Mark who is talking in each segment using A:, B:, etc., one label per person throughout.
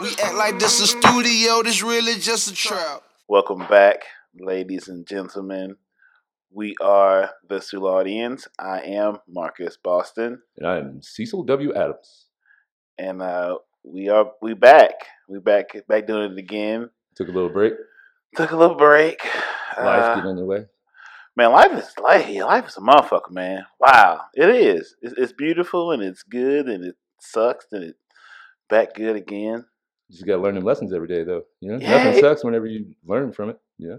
A: We act like this a studio, this really just a trap.
B: Welcome back, ladies and gentlemen. We are the Sulaudians. I am Marcus Boston,
C: And I am Cecil W. Adams.
B: and uh, we are we back. We back back doing it again.
C: Took a little break.
B: Took a little break.
C: Life
B: Uh,
C: getting in the way.
B: man, life is life. Life is a motherfucker, man. Wow, it is. It's, it's beautiful and it's good and it sucks and it back good again.
C: Just got to learn them lessons every day, though. You know,
B: Yeah,
C: nothing
B: it-
C: sucks whenever you learn from it. Yeah.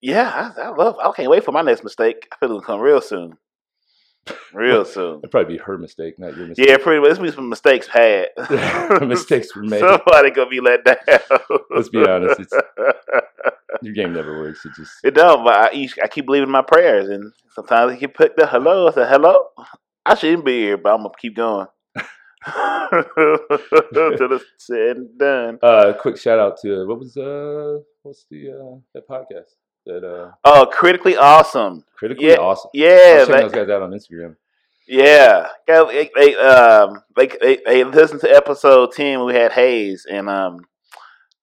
B: Yeah, I, I love. I can't wait for my next mistake. I feel it'll come real soon. Real soon.
C: That'd probably be her mistake, not your mistake.
B: Yeah, pretty much. There's been some mistakes had.
C: Mistakes were made.
B: Somebody gonna be let down.
C: Let's be honest. It's, your game never works. It just
B: it don't. But I, each- I keep believing my prayers, and sometimes I get put the hello. I say hello. I shouldn't be here, but I'm gonna keep going. Till it's said and done.
C: Uh, quick shout out to what was uh, what's the uh, that podcast that uh,
B: Oh, critically awesome.
C: critically
B: Yeah,
C: awesome. I
B: Yeah,
C: was checking
B: that-
C: those guys out on Instagram.
B: Yeah, Yeah, they, they um they, they they listened to episode ten. when We had Hayes, and um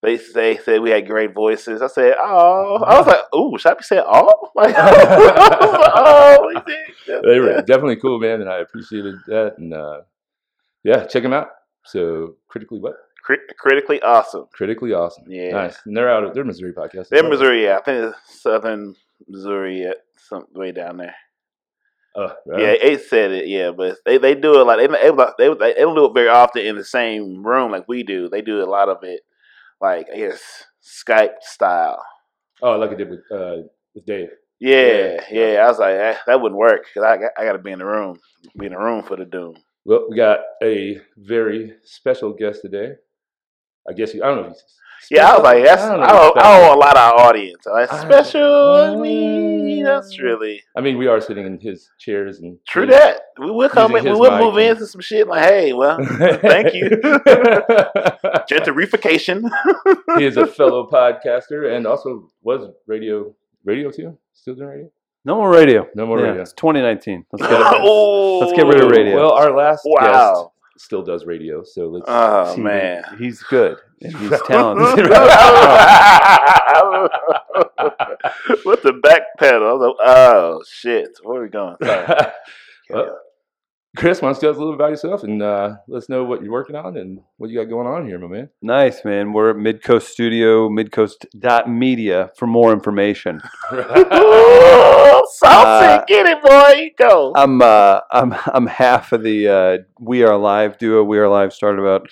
B: they they said we had great voices. I said, oh, I was like, ooh, should I be saying oh? Like, oh, we did.
C: They were definitely cool, man, and I appreciated that. And uh, yeah, check them out. So critically what?
B: Crit- critically awesome.
C: Critically awesome.
B: Yeah.
C: nice. And they're out of they're Missouri podcast.
B: They're in Missouri, yeah. I think it's Southern Missouri, yeah, some way down there.
C: Oh, right.
B: Yeah, it said it. Yeah, but they, they do it like they they, they they don't do it very often in the same room like we do. They do a lot of it like I guess Skype style.
C: Oh, like I did with uh, with Dave.
B: Yeah,
C: Yeah.
B: yeah. I was like, eh, that wouldn't work because I, got- I got to be in the room, be in the room for the doom.
C: Well, we got a very special guest today. I guess you. I don't know. If he's
B: Yeah, I was
C: special.
B: like, that's I
C: don't know
B: owe,
C: if he's
B: I
C: special.
B: owe a lot of our audience. I'm like,
C: I-
B: special. I mean, that's really
C: I mean, we are sitting in his chairs and
B: true. That we will come, in,
C: Using
B: we
C: his
B: will
C: mic
B: move
C: and-
B: into some shit. Like, hey, well, thank you, gentrification.
C: he is a fellow podcaster and also was radio radio too. Still doing radio?
D: No more radio.
C: No more
D: Yeah,
C: radio.
D: It's 2019. Let's get it.
B: oh,
D: Let's get rid of radio.
C: Well, our last
B: Wow.
C: guest still does radio, so let's.
B: Oh
D: See,
B: man.
D: he's good. And he's talented.
B: Uh, With the back pedal, I was like, oh shit, where are we going? Sorry.
C: Well, Chris, why don't you tell us a little bit about yourself and uh, let us know what you're working on and what you got going on here, my man.
D: nice man. We're at Midcoast Studio, midcoast.media for more information.
B: Ooh, saucy,
D: Uh,
B: get it, boy. You go.
D: I'm uh, I'm I'm half of the uh, We Are Live duo. We Are Live started about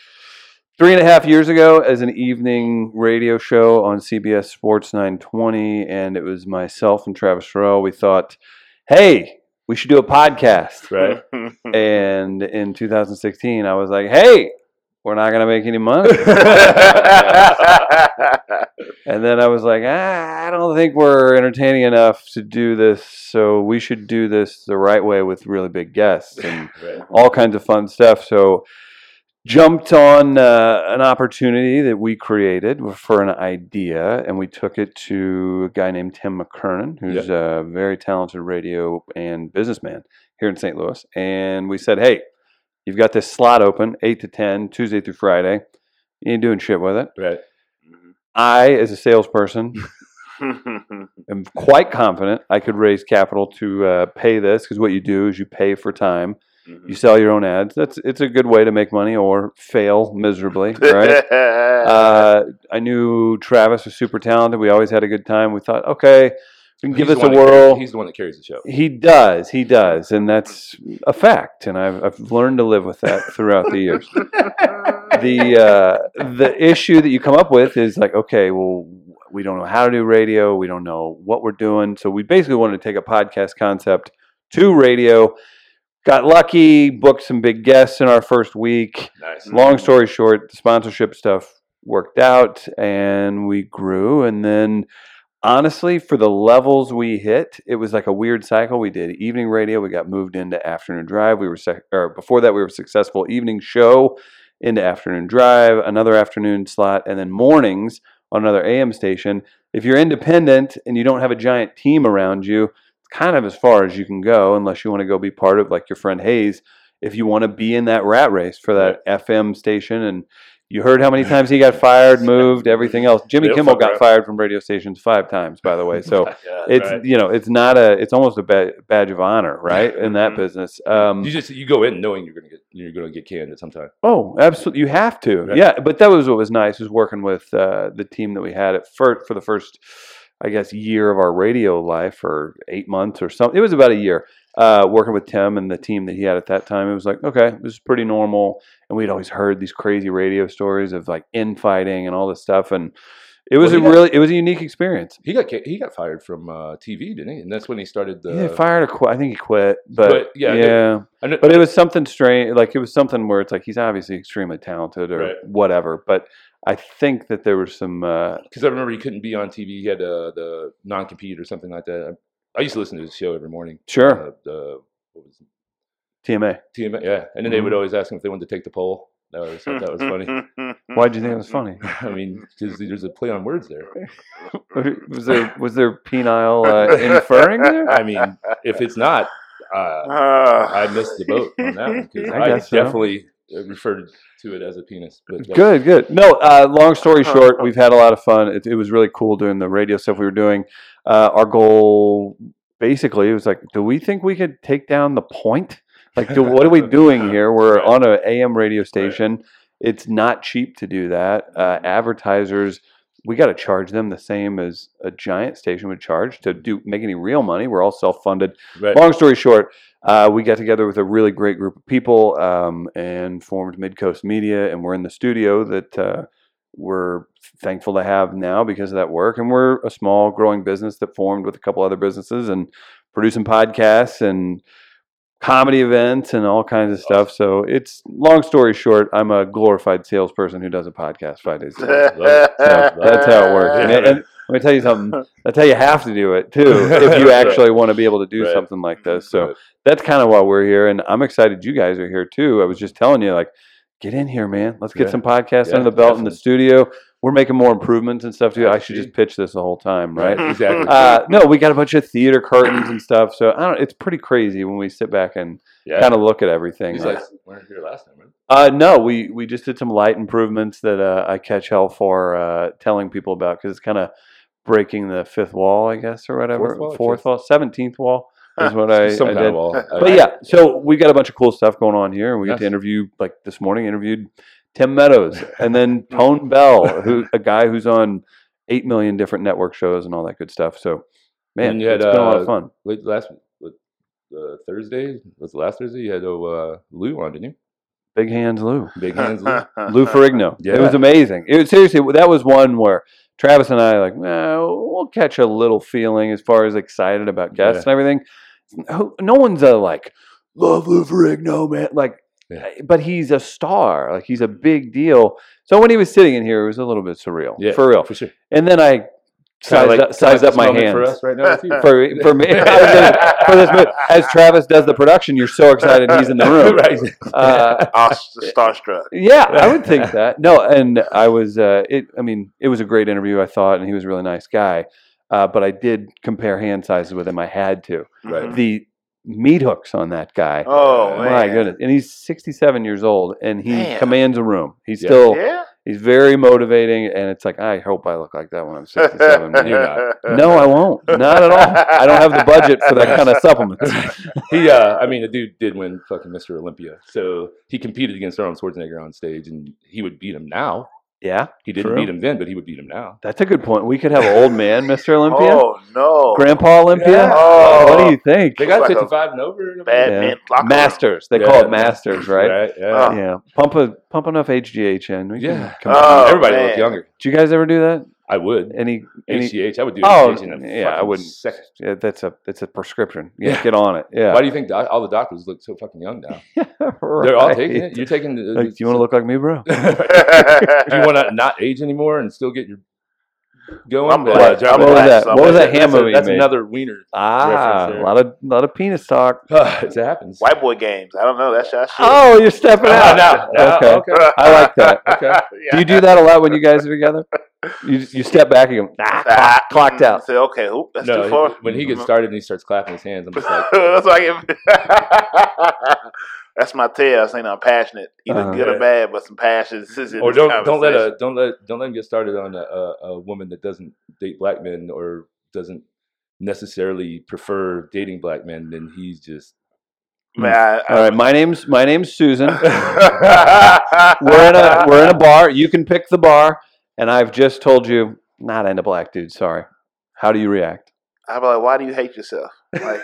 D: three and a half years ago as an evening radio show on CBS Sports 920, and it was myself and Travis Farrell. We thought, hey, we should do a podcast.
C: right?
B: Mm-hmm.
D: And in 2016, I was like, hey, we're not gonna make any money. And then I was like, ah, I don't think we're entertaining enough to do this, so we should do this the right way with really big guests and
C: right.
D: all kinds of fun stuff. So jumped on uh, an opportunity that we created for an idea, and we took it to a guy named Tim McKernan, who's a very talented radio and businessman here in St. Louis. And we said, hey, you've got this slot open, 8 to 10, Tuesday through Friday. You ain't doing shit with it.
C: Right.
D: I, as a salesperson, am quite confident I could raise capital to uh, pay this because what you do is you pay for time. You sell your own ads. That's it's a good way to make money or fail miserably, right?
B: Mm-hmm.
D: uh, I knew Travis was super talented. We always had a good time. We thought, okay, we can give
C: He's
D: this
C: the one
D: a
C: that carries-
D: whirl.
C: he's the one that carries the show.
D: He does, he does, and that's a fact. And I've I've learned to live with that throughout the years the uh, the issue that you come up with is like, okay, well, we don't know how to do radio, we don't know what we're doing, so we basically wanted to take a podcast concept to radio. Got lucky, booked some big guests in our first week.
C: Nice.
D: Long story short, the sponsorship stuff worked out, and we grew, and then. Honestly, for the levels we hit, it was like a weird cycle. We did evening radio. We got moved into afternoon drive. We were sec- or before that, we were successful evening show into afternoon drive, another afternoon slot, and then mornings on another AM station. If you're independent and you don't have a giant team around you, it's kind of as far as you can go, unless you want to go be part of like your friend Hayes. If you want to be in that rat race for that FM station and You heard how many times he got fired, moved, everything else. Jimmy
C: Bill
D: Kimmel got
C: Fucker.
D: fired from radio stations five times, by the way. So
B: Yeah.
D: it's
C: Right.
D: you know it's not a it's almost a ba- badge of honor, right? In that
B: Mhm.
D: business. Um,
C: you just you go in knowing you're gonna get you're gonna get canned at some time.
D: Oh, absolutely. You have to.
C: Right.
D: Yeah. But that was what was nice was working with uh, the team that we had at first for the first, I guess, year of our radio life or eight months or something. It was about a year uh, working with Tim and the team that he had at that time. It was like, okay, this is pretty normal. And we'd always heard these crazy radio stories of like infighting and all this stuff. And it was
C: Well, he
D: a
C: got-
D: really, it was a unique experience.
C: He got ca- he got fired from uh, TV, didn't he? And that's when he started the.
D: he fired a qu- I think he quit, but,
C: But, yeah,
D: yeah,
C: they- I know-
D: But it was something strange. Like it was something where it's like he's obviously extremely talented or
C: Right.
D: whatever. But I think that there was some. Uh,
C: because I remember he couldn't be on TV. He had uh, the non compete or something like that. I used to listen to his show every morning.
D: Sure.
C: Uh, the what was it?
D: TMA.
C: TMA, yeah, and then they would
D: Mhm.
C: always ask him if they wanted to take the poll. I always thought that was funny.
D: Why'd you think it was funny?
C: I mean, because there's a play on words there.
D: Was there was there penile uh, inferring there?
C: I mean, if it's not, uh,
B: Ah.
C: I missed the boat on that one 'cause
D: I
C: I,
D: guess so.
C: definitely uh, referred to it as a penis. But that's-
D: Good, good. No, uh, long story short, we've had a lot of fun. It, it was really cool doing the radio stuff we were doing. Uh, our goal basically was like, do we think we could take down the point? Like, do, what are we doing here? We're
C: Right.
D: on an AM radio station. It's not cheap to do that. Uh, advertisers, we got to charge them the same as a giant station would charge to do make any real money. We're all self funded.
C: Right.
D: Long story short, uh, we got together with a really great group of people um, and formed Midcoast Media, and we're in the studio that uh, we're thankful to have now because of that work. And we're a small, growing business that formed with a couple other businesses and producing podcasts and comedy events and all kinds of stuff. So it's long story short, I'm a glorified salesperson who does a podcast five days a week. So that's how it works. And,
C: Yeah.
D: and let me tell you something. That's how you have to do it too, if you
C: Right.
D: actually want to be able to do
C: Right.
D: something like this. So that's kind of why we're here, and I'm excited you guys are here too. I was just telling you, like, get in here, man. Let's get
C: Yeah.
D: some podcasts
C: Yeah,
D: under the belt in the
C: definitely.
D: studio. We're making more improvements and stuff too. I should
C: Absolutely.
D: just pitch this the whole time, right?
C: exactly.
D: Uh, no, we got a bunch of theater curtains and stuff, so I don't, it's pretty crazy when we sit back and
C: yeah.
D: kind of look at everything.
C: He's
D: like-
C: like, weren't here last time, right?
D: uh, no, we we just did some light improvements that uh, I catch hell for uh, telling people about because it's kind of breaking the fifth wall, I guess, or whatever.
C: Fourth wall or
D: Fourth
C: fifth?
D: wall, seventeenth wall is what I,
C: Some
D: I
C: kind
D: did.
C: of wall.
D: But yeah, so we got a bunch of cool stuff going on here. We got to
C: Nice.
D: interview, like this morning, interviewed Tim Meadows and then Tone Bell, who a guy who's on eight million different network shows and all that good stuff. So, man,
C: And you had,
D: it's been a lot
C: uh,
D: of fun.
C: Wait, last what, uh, Thursday was it last Thursday. You had uh, Lou on, didn't
D: Big hands, Lou.
C: you? Big hands, Lou.
D: Lou Ferrigno. It was
C: Yeah.
D: amazing. It was, seriously that was one where Travis and I like, well, we'll catch a little feeling as far as excited about guests and everything. Who- No one's a like love Lou Ferrigno, man. Like, eh,
C: Yeah.
D: but he's a star. Like he's a big deal. So when he was sitting in here, it was a little bit surreal,
C: Yeah,
D: for real.
C: for sure.
D: And then I sized
C: Kinda like-
D: up, sized
C: kinda
D: up my
C: like this moment
D: hands
C: for us right now. with you.
D: for, for me for this movie. As Travis does the production, you're so excited he's in the room.
C: right.
D: Uh,
B: starstruck.
D: yeah, I would think that. No, and I was. Uh, it. I mean, it was a great interview. I thought, and he was a really nice guy. Uh, but I did compare hand sizes with him. I had to.
C: Right.
D: The meat hooks on that guy.
B: Mm-hmm. Hmm. Oh man.
D: my goodness! And he's 67 years old, and he
B: Man.
D: commands a room. He's
C: Yeah.
D: still.
B: Yeah.
D: He's very motivating, and it's like I hope I look like that when I'm 67. man.
C: You're not.
D: no, I won't. Not at all. I don't have the budget for that kind of supplements.
C: He, uh, I mean, the dude did win fucking Mr. Olympia. So he competed against Arnold Schwarzenegger on stage, and he would beat him now.
D: Yeah,
C: He didn't
D: True.
C: beat him then, but he would beat him now.
D: that's a good point. We could have old man, Mr. Olympia.
B: Oh no.
D: Grandpa Olympia.
C: Yeah.
B: Oh.
D: What do you think?
C: They got
B: Like a
C: 55 and over. and
B: bad
C: everything.
D: Yeah.
B: man locker room.
D: Masters. They
C: Yeah.
D: call it masters, right?
C: Yeah.
B: Oh.
D: Yeah. Pump a pump enough HGH in. We can-
C: Yeah. Uh,
D: Come on.
B: Oh,
C: Everybody
B: man.
C: looked younger.
D: Did you guys ever do that?
C: I would.
D: Any any
C: HGH. I would do
D: Oh,
C: HGH in a
D: yeah, I
C: fucking
D: wouldn't.
C: second.
D: yeah, that's a that's a prescription. Yeah,
C: Yeah.
D: get on it. Yeah.
C: Why do you think doc- all the doctors look so fucking young now?
D: Right.
C: They're all taking it. You're taking. The,
D: Like, do you want to look like me, bro?
C: do you want to not age anymore and still get your going?
B: I'm
C: But,
B: glad.
C: uh,
B: I'm
D: what was
B: glad
D: that? What was
B: somebody-
D: that hand
C: that's, a-
D: movie? you
C: that's
D: made?
C: another wiener.
D: ah,
C: reference
D: a
C: there.
D: lot of lot of penis talk.
C: it happens.
B: White boy games. I don't know. That's our shit.
D: Oh, you're stepping
C: Ah,
D: out.
C: no, no,
D: Oh, okay. I like that.
C: okay.
D: Do you do that a lot when you guys are together? You you step back and go, nah, clock, clocked out.
B: Say, Mm, okay, oop, that's
C: no,
B: too far.
C: he- when he gets started and he starts clapping his hands, I'm just like,
B: that's why I get. that's my tale. Saying I'm passionate, either
D: Uh-huh.
B: good or bad, but some passion. This is in
C: or
B: this
C: don't don't let
B: conversation.
C: a don't let don't let him get started on a, a, a woman that doesn't date black men or doesn't necessarily prefer dating black men. Then he's just mm.
B: Man, I- I-
D: All right, my name's my name's Susan.
B: we're
D: We're in a we're in a bar. You can pick the bar, and I've just told you not into black dude. Sorry. How do you react?
B: I'd be like, why do you hate yourself? Like,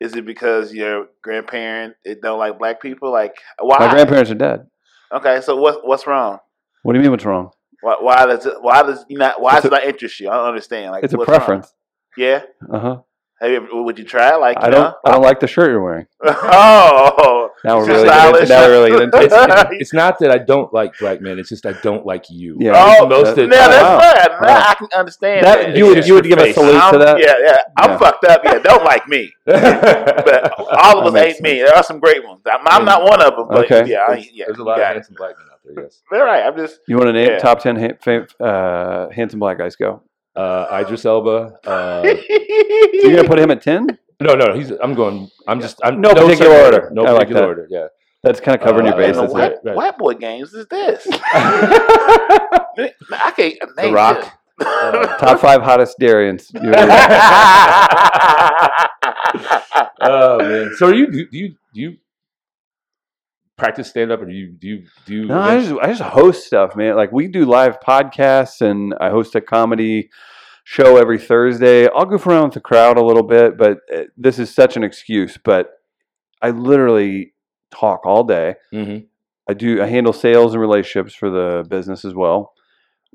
B: is it because your grandparent it don't like black people? Like, why?
D: My grandparents are dead.
B: okay, so what what's wrong?
D: What do you mean? What's wrong?
B: Why, why does it, why does you not why
D: It's
B: does it
D: a-
B: not interest you? I don't understand. Like,
D: It's a
B: what's wrong?
D: preference.
B: Yeah.
D: Uh huh.
B: Have you ever, would you try? it? Like,
D: I
B: you
D: don't.
B: know?
D: I don't like the shirt you're wearing.
B: oh,
D: Now we're
B: It's just
D: really. Getting into,
B: stylish.
D: now we're really getting
C: it's,
D: into it.
C: it's not that I don't like black men. It's just I don't like you.
D: Yeah.
B: oh,
C: Most of-
B: now that's
D: wow.
B: fine. Now
D: Wow.
B: I can understand that.
D: That
C: it's
D: you would
C: just
D: you would
C: your
D: give a
C: face.
D: salute to
B: I'm-
D: that.
B: Yeah, yeah. I'm
D: Yeah.
B: fucked up. Yeah, don't like me. But all of
D: That
B: us
D: makes
B: ain't me. There are some great ones. I'm, I'm not one of them. But
D: Okay.
B: yeah, I,
C: There's,
B: yeah.
C: there's a lot
B: yeah.
C: of handsome black men out there. Yes,
B: They're right. I'm just.
D: You want to name
B: Yeah.
D: top ten ha- fam- uh, handsome black guys? Go.
C: uh, Idris Elba. Uh,
D: So you're gonna put him at ten?
C: no, no, he's. I'm going. I'm just. I'm
D: No particular
C: certain
D: order.
C: No
D: I like
C: particular
D: that.
C: order. Yeah.
D: That's kind of covering
C: Uh,
D: your
B: What
D: bases.
B: in the
C: that's
B: white,
C: it, right.
B: white boy games is this? I can't name
C: Rock.
B: this.
C: Uh,
D: Top five hottest Darians. You-
C: Oh man. So are you do you do you practice stand up or do you do you do you
D: no, I just I just host stuff, man. Like we do live podcasts, and I host a comedy show every Thursday. I'll goof around with the crowd a little bit, but uh, this is such an excuse. But I literally talk all day.
C: Mhm.
D: I do I handle sales and relationships for the business as well.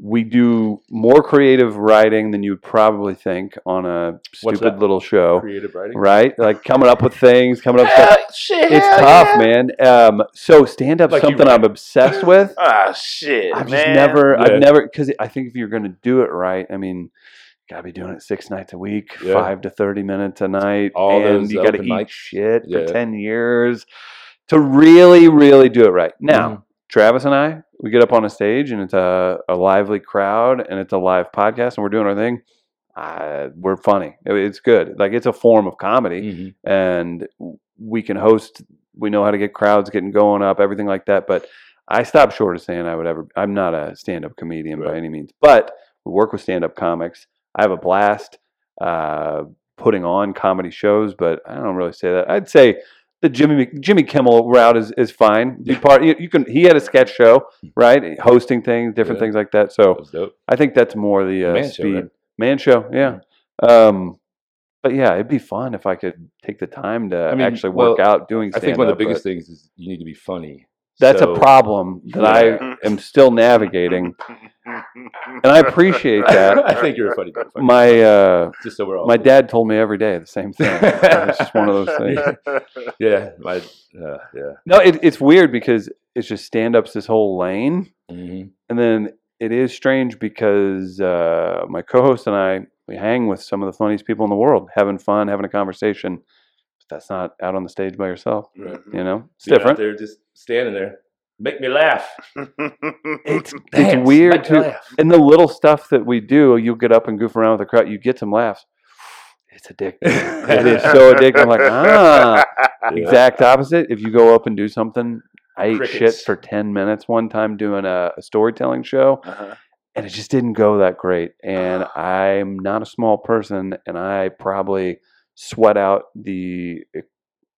D: We do more creative writing than you would probably think on a
C: What's
D: stupid
C: that?
D: little show,
C: creative writing?
D: right? Like coming up with things, coming up with stuff.
B: Hell, shit,
D: It's
B: hell
D: tough,
B: yeah.
D: man. Um, so stand up
C: Like you
D: something
C: write.
D: I'm obsessed with.
B: Ah, shit,
D: I've just
B: man.
D: never,
C: Yeah.
D: I've never, because I think if you're going to do it right, I mean, gotta be doing it six nights a week,
C: Yeah.
D: five to thirty minutes a night,
C: All
D: and
C: those
D: you gotta
C: open
D: eat
C: mics.
D: shit
C: Yeah.
D: for ten years to really, really do it right. Now,
C: Mm-hmm.
D: Travis and I, we get up on a stage and it's a, a lively crowd and it's a live podcast and we're doing our thing. Uh, we're funny. It- It's good. Like it's a form of comedy
C: Mhm.
D: and we can host. We know how to get crowds getting going up, everything like that. But I stopped short of saying I would ever. I'm not a stand-up comedian by
C: Right.
D: any means, but we work with stand-up comics. I have a blast uh, putting on comedy shows, but I don't really say that. I'd say the Jimmy Jimmy Kimmel route is is fine. Be part. You, you can. He had a sketch show, right? Hosting things, different
C: Hmm. Yeah.
D: things like that.
C: That
D: So
C: was dope.
D: I think that's more the uh,
C: Man show,
D: speed
C: right?
D: man show. Yeah. Um, but yeah, it'd be fun if I could take the time to
C: I mean,
D: actually work
C: well,
D: out doing.
C: I
D: Stand
C: think one of the biggest things is you need to be funny.
D: That's
C: So-
D: a problem that
B: Yeah.
D: I am still navigating, and I appreciate that.
C: I think you're a funny motherfucker.
D: My uh,
C: just so we're all
D: my dad told me every day the same thing. It's just one of those things.
C: yeah, my uh, yeah.
D: No, it, it's weird because it's just stand ups this whole lane,
C: hmm
D: and then it is strange because uh, my co-host and I we hang with some of the funniest people in the world, having fun, having a conversation. But that's not out on the stage by yourself,
C: Mm.
D: you know. It's different.
C: They're just standing there. Make me laugh.
D: It's
C: Dance,
D: it's weird
C: make me
D: too.
C: laugh.
D: And the little stuff that we do, you get up and goof around with the crowd, you get some laughs. It's addictive. it is so addictive. I'm like, ah,
C: Yeah.
D: exact opposite. If you go up and do something, I ate shit
C: Crickets.
D: for 10 minutes one time doing a, a storytelling show,
B: Uh-huh.
D: and it just didn't go that great. And I'm not a small person, and I probably sweat out the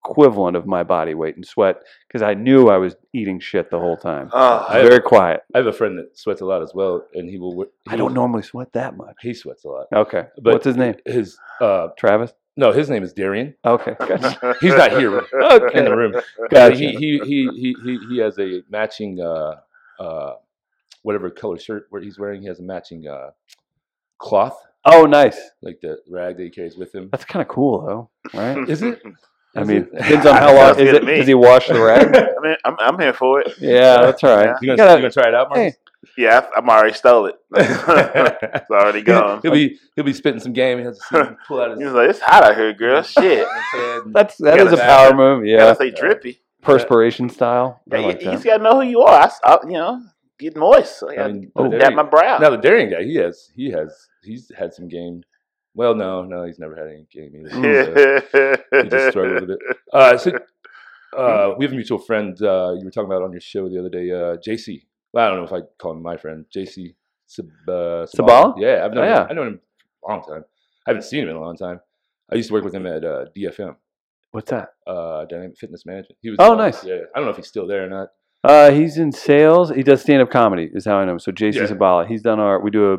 D: equivalent of my body weight and sweat because I knew I was eating shit the whole time.
B: Oh,
C: I-
D: Very quiet.
C: I have a friend that sweats a lot as well, and he will.
D: I don't normally sweat that much.
C: He sweats a lot.
D: Okay.
C: But
D: What's his name?
C: His uh,
D: Travis?
C: no, his name is Darian
D: Okay. Gotcha.
C: He's not here.
D: Okay.
C: in the room.
D: Gotcha.
C: He, he he he he he has a matching uh uh whatever color shirt where he's wearing. He has a matching uh cloth
D: Oh, nice.
C: like the rag that he carries with him.
D: That's kind of cool, though, right?
C: Is it?
D: I
C: Is
D: mean,
C: it?
D: depends on how
B: Sounds
D: long.
B: good
D: Is
B: to
D: it,
B: me.
D: does he wash the rag?
B: I mean, I'm, I'm here for it.
D: yeah, that's all right.
C: You gonna,
D: Gotta-
C: you gonna try it out, Marcus?
D: hey.
B: Yeah, I- I'm already stole it. it's already gone.
C: he'll be he'll be spitting some game. He'll just pull out his.
B: He's like, it's hot out here, girl. Shit.
C: his head and-
D: That's that
B: gotta
D: is a
B: say-
D: power move. Yeah,
B: Gotta say drippy.
D: perspiration style. I
B: Yeah,
D: like
B: you, you just
D: that.
B: gotta know who you are. I, s- I- you know, get moist. Like, I,
C: I mean,
D: Oh.
C: the
B: got
C: Darien-
B: my brow.
C: now the Darien guy, he has he has he's had some game. Well, no, no, he's never had any game either.
D: Mm.
C: so- he just struggled a bit. Uh, so, uh, we have a mutual friend uh, you were talking about on your show the other day, uh, JC. Well, I don't know if I call him my friend, JC Sab- uh,
D: Sabala?
C: Yeah, I've known
D: Oh, yeah.
C: him. I've known him a long time. I haven't seen him in a long time. I used to work with him at uh, DFM,
D: What's that?
C: uh, Dynamic Fitness Management. He was
D: Oh,
C: uh,
D: nice.
C: Yeah, I don't know if he's still there or not.
D: Uh, he's in sales. He does stand up comedy, is how I know him. So JC
C: Yeah.
D: Zabala, he's done our. We do a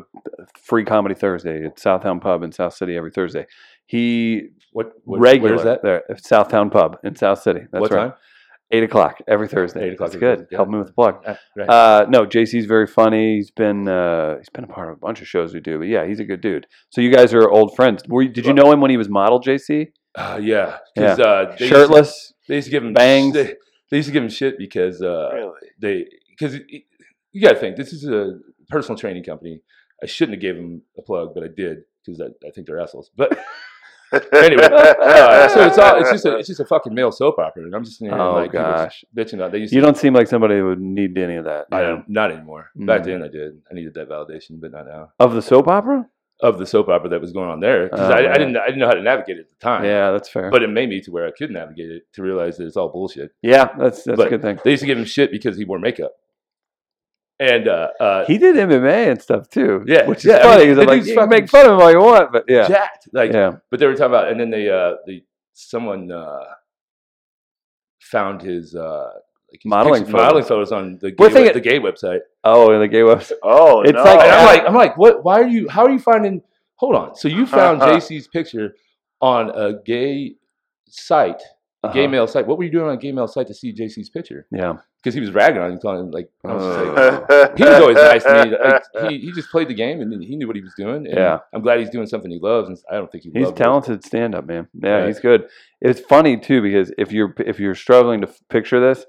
D: free comedy Thursday at Southtown Pub in South City every Thursday. He
C: What, what
D: regular
C: Where is that?
D: there, at Southtown Pub in South City. That's
C: what
D: right.
C: time?
D: Eight o'clock every Thursday.
C: Eight o'clock
D: That's
C: every
D: good.
C: Thursday,
D: Help
C: yeah.
D: me with the plug.
C: Ah, right.
D: Uh, no, JC's very funny. He's been uh, he's been a part of a bunch of shows we do, but yeah, he's a good dude. So you guys are old friends. Were you, did you know him when he was model JC?
C: Uh, yeah, 'cause, Uh, they Used to,
D: Shirtless.
C: they used to give him
D: bangs.
C: They, they used to give him shit because uh,
B: Really?
C: they because you got to think this is a personal training company. I shouldn't have gave them a plug, but I did because I, I think they're assholes. But anyway, uh, so it's all it's just a it's just a fucking male soap opera, and I'm just sitting here
D: Oh
C: like people
D: gosh,
C: bitching out. They used
D: you
C: to,
D: don't seem like somebody who would need any of that.
C: I
D: you know?
C: don't not anymore. Back
D: Mm.
C: then, I did. I needed that validation, but not now.
D: Of the soap opera?
C: Of the soap opera that was going on there, 'cause
D: Oh,
C: I,
D: man.
C: I didn't I didn't know how to navigate it at the time.
D: Yeah, that's fair.
C: But it made me to where I could navigate it to realize that it's all bullshit.
D: yeah, that's that's a
C: But-
D: good thing.
C: They used to give him shit because he wore makeup, and uh, uh,
D: He did MMA and stuff too.
C: Yeah,
D: which is
C: yeah, I
D: funny
C: mean,
D: because
C: the
D: I'm like,
C: dude's
D: you can
C: fucking
D: make fun of him all you want, but yeah,
C: jacked. Like,
D: yeah.
C: but they were talking about, and then they, uh, they, someone uh, found his uh, like his
D: Modeling
C: picture- modeling photos on the gay,
D: We're
C: web-
D: thinking-
C: the gay website.
D: Oh, and the gay website.
B: oh,
D: It's
B: no.
D: like-
C: And
D: Yeah.
C: I'm like, I'm like, what? Why are you? How are you finding? Hold on. So you found
B: Uh-huh.
C: JC's picture on a gay site, a gay
D: Uh-huh.
C: male site. What were you doing on a gay male site to see JC's picture?
D: Yeah.
C: Because he was ragging on you, calling him, like, I was just like,
D: Uh.
C: he was always nice to me. Like, he, he just played the game and he knew what he was doing. And
D: Yeah.
C: I'm glad he's doing something he loves. And I don't think he
D: He's
C: loved it.
D: talented stand up, man. Yeah,
C: Yeah.
D: he's good. It's funny too because if you're if you're struggling to f- picture this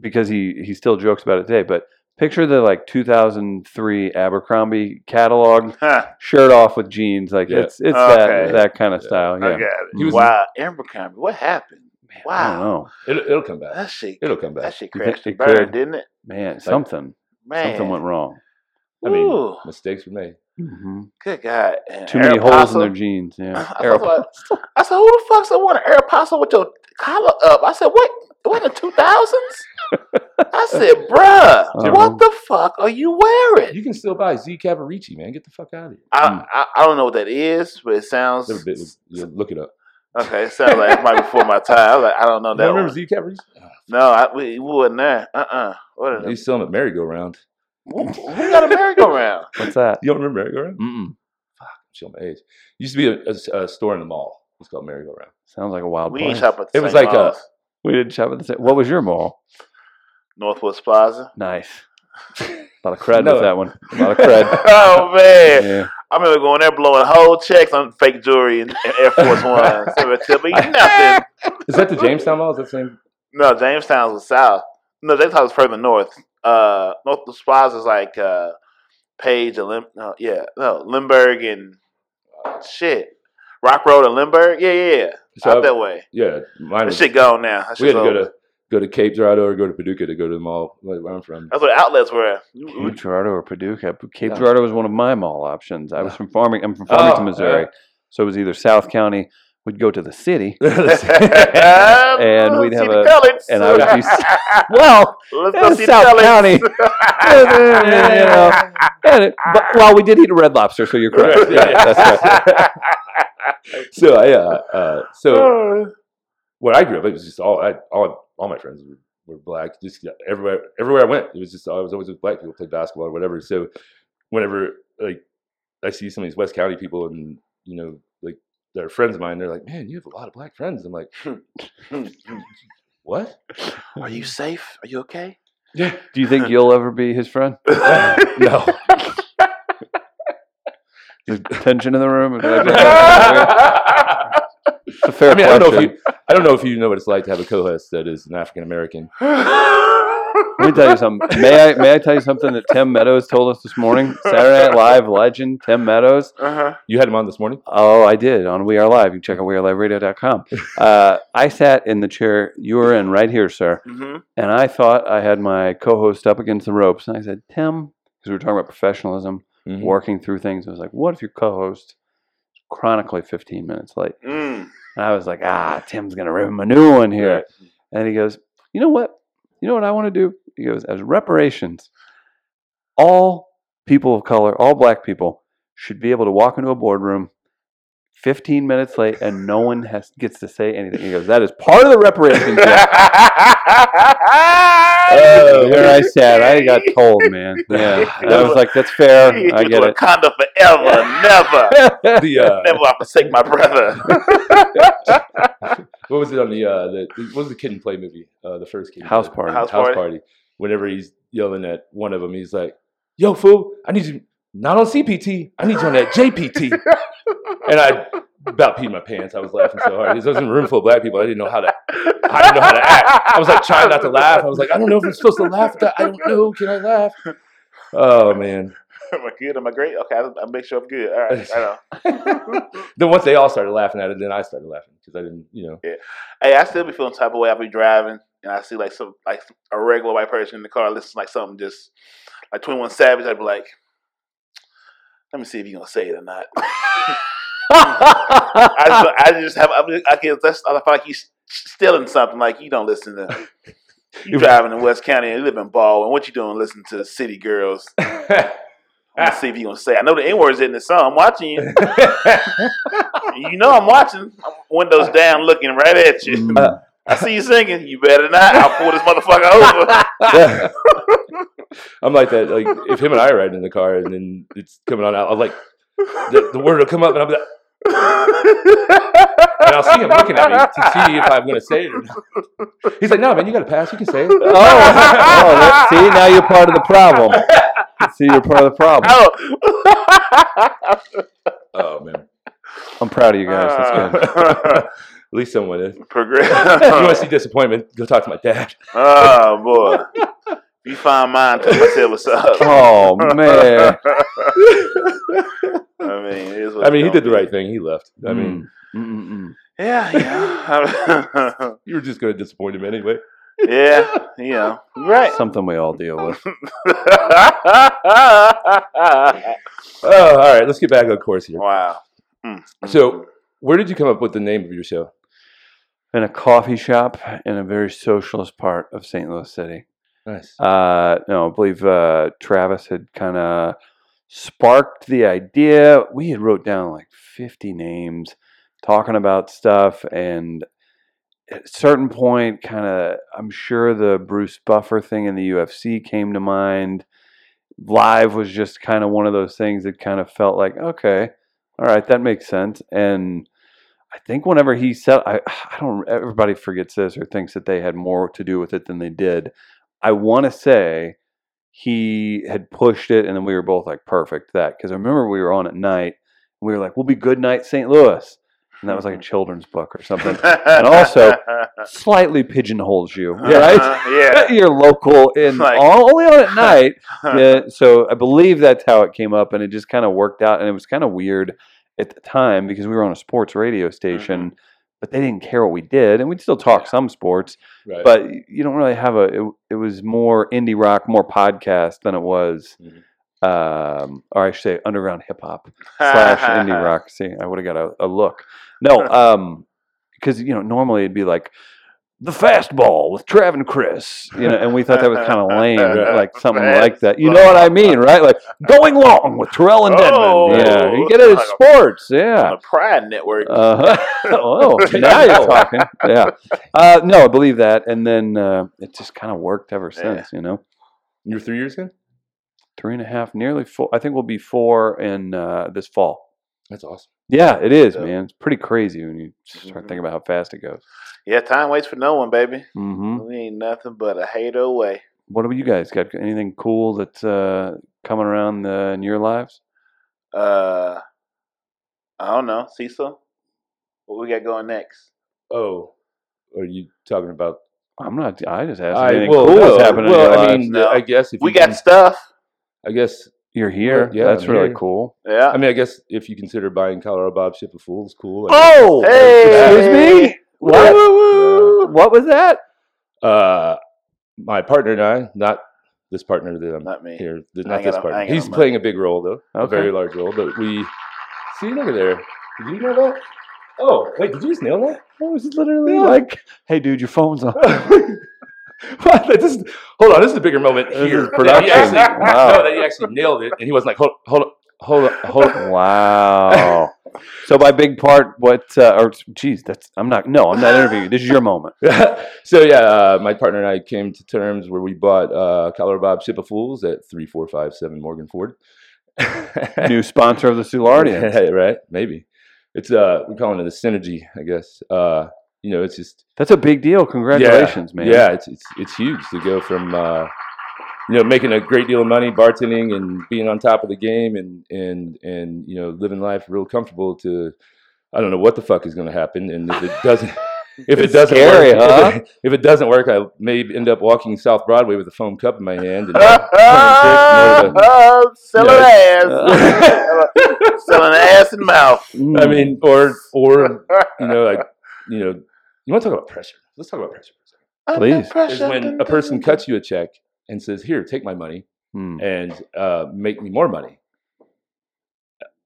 D: because he he still jokes about it today, but picture the like 2003 Abercrombie catalog shirt off with jeans like
C: Yeah.
D: it's it's
B: Okay.
D: that that kind of
C: Yeah.
D: style. Yeah.
B: I got it.
C: He was-
B: wow, Abercrombie, what happened?
D: I don't
B: Wow,
D: know.
C: It'll, it'll come back.
B: that shit,
C: It'll come back.
B: that shit
D: You
B: crashed
D: think
B: and
D: it could?
B: burned, didn't it?
D: Man, something
B: Man,
D: something went wrong.
C: I mean,
B: Ooh,
C: mistakes were made.
D: hmm
B: good God, and
D: Too many
B: Air
D: holes in
B: Apostle.
D: their jeans. Yeah.
B: I,
D: Air
B: thought about- I said, who the fuck's I want an air apostle with your collar up? I said, what? What in the two thousands? I said, bruh,
D: Uh-huh.
B: what the fuck are you wearing?
C: You can still buy Z Cavarici, man. Get the fuck out of here.
B: I,
D: Mm.
B: I, I don't know what that is, but it sounds
C: Little bit- yeah, look it up.
B: okay. It sounds like it might be before my time. I, was like, I don't know
C: You don't
B: that.
C: remember
B: One.
C: Z Cavarici? Ah,
B: No, I, we, we wasn't there. Uh uh What are
C: He's selling at merry-go-round.
B: Who who got a merry-go-round?
D: What's that?
C: You don't remember merry-go-round?
D: Mm-mm.
C: Show my age. Used to be a- a s- a, store in the mall. It's called merry-go-round.
D: Sounds like a wild
B: we
D: place.
B: ain't shopping. At the
C: It was
B: same
C: like a-
B: malls.
D: We didn't shop at the same. What was your mall?
B: Northwoods Plaza.
D: Nice. A lot of cred
C: No.
D: with that one. A lot of cred.
B: oh man,
D: yeah.
B: I remember going there blowing whole checks on fake jewelry and, and Air Force Ones. They would tell me nothing.
C: Is that the Jamestown Mall? Is that the same?
B: No, Jamestown was south. No, Jamestown was further north. Uh, Northwoods Plaza is like uh, Page and Lim- no, yeah, no Lindbergh and uh, shit. Rock Road and Lindbergh. Yeah, yeah, yeah.
C: So
B: out that way.
C: yeah, mine
B: That
C: was,
B: shit gone now. That
C: we had
B: shit's
C: to go
B: over.
C: to go to Cape Girardeau or go to Paducah to go to the mall like, where I'm from.
B: That's where the outlets were.
D: Cape Girardeau or Paducah. But Cape
C: Yeah.
D: Girardeau was one of my mall options. I was
C: Yeah.
D: from farming. I'm from Farmington,
C: Oh,
D: Missouri,
C: yeah.
D: so it was either South County. We'd go to the city.
B: and
D: we'd have
B: the
D: a-
B: colors.
D: and I would be-
B: Let's
D: Well,
B: go
D: It's
B: see
D: South
B: the
D: County. You know. and it, but, well, we did eat a Red Lobster, so you're correct.
C: Right, yeah,
D: Yeah, that's right.
C: so I, uh, uh, so where I grew up, it was just all I, all all my friends were, were black. Just everywhere everywhere I went, it was just I was always with black people, played basketball or whatever. So whenever like I see some of these West County people, and you know like they're friends of mine, they're like, "Man, you have a lot of black friends." I'm like, "What?"
B: Are you safe? Are you okay?
C: Yeah,
D: Do you think you'll ever be his friend?
C: no.
D: There's tension in the room. It's
C: I
D: a fair
C: mean, I
D: question.
C: don't know if you I don't know if you know what it's like to have a co-host that is an African American.
D: Let me tell you something. May I may I tell you something that Tim Meadows told us this morning? Saturday Night Live legend Tim Meadows.
B: Uh-huh.
C: You had him on this morning.
D: Oh, I did on We Are Live. You can check out weareliveradio.com. Uh, I sat in the chair you were in right here, sir,
B: Mm-hmm.
D: and I thought I had my co-host up against the ropes, and I said, Tim, because we were talking about professionalism,
C: Mhm.
D: working through things. I was like, what if your co-host is chronically 15 minutes late?
B: Mm.
D: And I was like, ah, Tim's gonna rip him a new one here.
C: Right.
D: And he goes, you know what? You know what I want to do? He goes, as reparations, all people of color, all black people, should be able to walk into a boardroom 15 minutes late and no one has gets to say anything. He goes, that is part of the reparations. Act."
B: oh,
D: Where I sat, I got told, man. Yeah, And I was like, that's fair. I get it.
B: Wakanda forever, never,
C: The uh,
B: never I forsake my brother.
C: what was it on the uh the what was the kid and play movie uh the first kid and
D: House
C: Play?
D: Party.
B: House
C: house,
B: Party.
C: party. whenever he's yelling at one of them he's like yo fool I need you not on CPT I need you on that JPT and I about peed my pants I was laughing so hard there was a room full of black people I didn't know how to I didn't know how to act I was like trying not to laugh I was like I don't know if I'm supposed to laugh at that. I don't know can I laugh oh man
B: am I good? Am I great? Okay, I'll, I'll make sure I'm good. All right, I know.
C: then once they all started laughing at it then I started laughing because I didn't you know
B: Hey, I still be feeling type of way. I be driving and I see like some like a regular white person in the car listening to, like something just like Twenty One Savage. I'd be like, let me see if you gonna say it or not. I just, I just have I'm just, I guess that's I feel like he's stealing something. Like you don't listen to. You driving in West County and you live in Baldwin. What you doing? Listening to City Girls. I'm gonna see if you gonna say. I know the N word's in the song. I'm watching you. You know I'm watching. I'm windows down, looking right at you. I see you singing. You better not. I'll pull this motherfucker over.
C: I'm like that. Like if him and I are riding in the car and then it's coming on out, I'm like the, the word will come up and I'll be like, and I'll see him looking at me to see if I'm gonna say it. Or not. He's like, no, man, you got to pass. You can say
D: Oh,
C: it.
D: oh that, see, now you're part of the problem. See, you're part of the problem.
B: Oh.
C: Oh man, Oh,
D: I'm proud of you guys. That's good.
C: at least someone is. If you want to
B: Progress.
C: see disappointment? Go talk to my dad.
B: oh boy. You find mine. Tell myself what's up.
D: Oh
B: I
D: man.
B: mean, it is what
C: I mean, he
B: it
C: did the
B: gonna
C: right thing. He left. I mean,
D: Mm, mm, mm, mm.
B: be. Yeah, yeah,
C: you were just gonna disappoint him anyway.
B: yeah, yeah. Right.
D: something we all deal with.
C: Oh, all right. Let's get back on course here.
B: wow. Mm.
C: So, where did you come up with the name of your show?
D: In a coffee shop in a very socialist part of St. Louis City.
C: Nice.
D: Uh, no, I believe uh, Travis had kind of sparked the idea. We had wrote down like 50 names talking about stuff and at a certain point kind of I'm sure the Bruce Buffer thing in the UFC came to mind. Live was just kind of one of those things that kind of felt like okay, all right, that makes sense and I think whenever he said I I don't everybody forgets this or thinks that they had more to do with it than they did. I want to say he had pushed it, and then we were both like, perfect, that. Because I remember we were on at night, and we were like, we'll be good night, St. Louis. And that was like a children's book or something.
B: and
D: also- Slightly pigeonholes you, right?
B: Yeah.
D: You're local and
B: Like-
D: all, only on at night. yeah, so I believe that's how it came up, and it just kind of worked out. And it was kind of weird at the time because we were on a sports radio station, but they didn't care what we did, and we'd still talk some sports
C: Right.
D: but y- you don't really have a it, it was more indie rock more podcast than it was
C: Mhm.
D: um or i should say underground hip hop slash indie rock see i would have got a, a look no um because you know normally it'd be like the fastball with Trav and Chris, you know, and we thought that was kind of lame,
B: Right.
D: like something like that. You know what I mean, right? Like going long with Terrell and
B: Oh,
D: Denman. Yeah, you get it at
B: like a-
D: sports. Yeah,
B: On the Pride Network.
D: uh oh, now you're talking. Yeah. Uh, no, I believe that. And then uh, it just kind of worked ever
B: Yeah.
D: since, you know?
C: you were three years in.
D: Three and a half, nearly four. I think we'll be four in uh, this fall.
C: That's awesome.
D: Yeah, it is,
B: Yeah.
D: man. It's pretty crazy when you start
C: Mm-hmm.
B: Mhm.
D: thinking about how fast it goes.
B: yeah, time waits for no one, baby.
C: Mm-hmm.
D: hmm
B: We ain't nothing but a hater away.
D: What about you guys? Got anything cool that's uh, coming around uh, in your lives?
B: Uh, I don't know, Cecil. What we got going next?
C: Oh, are you talking about
D: I'm not. I just asked. if
C: I,
D: anything
C: well,
D: cool
C: no,
D: was happening in
C: well,
D: your
C: I
D: lives.
C: mean,
B: lives.
C: I guess if
B: We
C: you
B: got
C: can-
B: stuff.
C: I guess
D: you're here.
C: yeah,
D: That's
C: I'm
D: really
C: here.
D: cool.
B: Yeah.
C: I mean, I guess if you consider buying Colorado Bob ship of fools, cool. I guess.
D: Oh,
B: Hey!
D: excuse me. What? What was that?
C: Uh, my partner and I, not this partner that I'm
B: Not me.
C: here, th-
B: I
C: not
B: ain't
C: this
B: got a- I
C: partner.
B: ain't got
C: He's
B: a mic.
C: playing a big role though, a
D: Okay.
C: very large role. But we see, look at there. Did you know that? Oh, wait, did you just nail that?
D: It was literally
C: Yeah.
D: like, "Hey, dude, your phone's on."
C: What? That- this is- hold on, this is a bigger moment
D: This
C: here.
D: is production.
C: That he actually,
D: Wow.
C: No, that he actually nailed it, and he wasn't like, hold, hold, on, hold, on, hold. on.
D: Wow. so by big part, what? Uh, or geez, that's I'm not. No, I'm not interviewing you. This is your moment.
C: so yeah, uh, my partner and I came to terms where we bought uh, Colorado Bob Ship of Fools at three four five seven Morgan Ford.
D: New sponsor of the Soulardian.
C: Yeah, right? Maybe it's uh, we're calling it a synergy, I guess. Uh, you know, it's just
D: That's a big deal. Congratulations, man.
C: yeah, it's it's it's huge to go from uh, you know making a great deal of money bartending and being on top of the game and and and you know living life real comfortable to I don't know what the fuck is going to happen and if it doesn't. If it
D: It's
C: doesn't
D: scary,
C: work,
D: huh?
C: if, it, if it doesn't work, I may end up walking South Broadway with a foam cup in my hand. And I
B: Selling
D: Yeah.
B: ass. Selling ass and mouth.
D: Mm.
C: I mean, or or you know, like you know, you want to talk about pressure? Let's talk about pressure.
D: Please.
C: Is when a person cuts you a check and says, "Here, take my money."
D: Mm.
C: and uh, make me more money.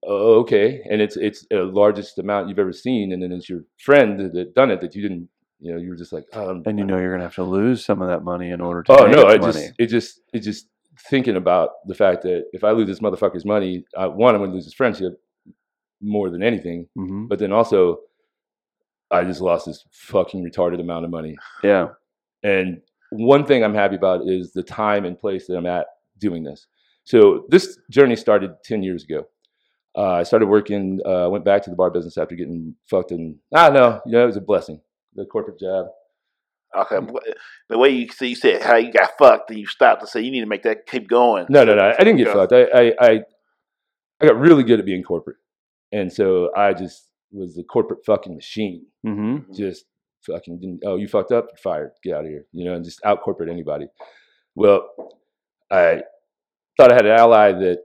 C: Uh, Okay, and it's it's the largest amount you've ever seen, and then it's your friend that- that done it that you didn't, you know, you were just like, um,
D: And you know you're gonna have to lose some of that money in order to.
C: oh no, I
D: make money.
C: just it just it just thinking about the fact that if I lose this motherfucker's money, uh, one I'm going to lose his friendship more than anything,
D: Mhm.
C: but then also I just lost this fucking retarded amount of money.
D: Yeah.
C: And one thing I'm happy about is the time and place that I'm at doing this. So this journey started 10 years ago. Uh, I started working, uh, went back to the bar business after getting fucked and I don't know, you know, it was a blessing. The corporate job.
B: Okay. wh- The way you see, you said how you got fucked, and you stopped and said you need to make that keep going.
C: No, no, no. I didn't get
B: Yeah.
C: fucked. I, I, I, I got really good at being corporate. And so I just was the corporate fucking machine.
D: Mm-hmm.
C: just fucking didn't, oh you fucked up you're fired get out of here you know and just out corporate anybody well i thought i had an ally that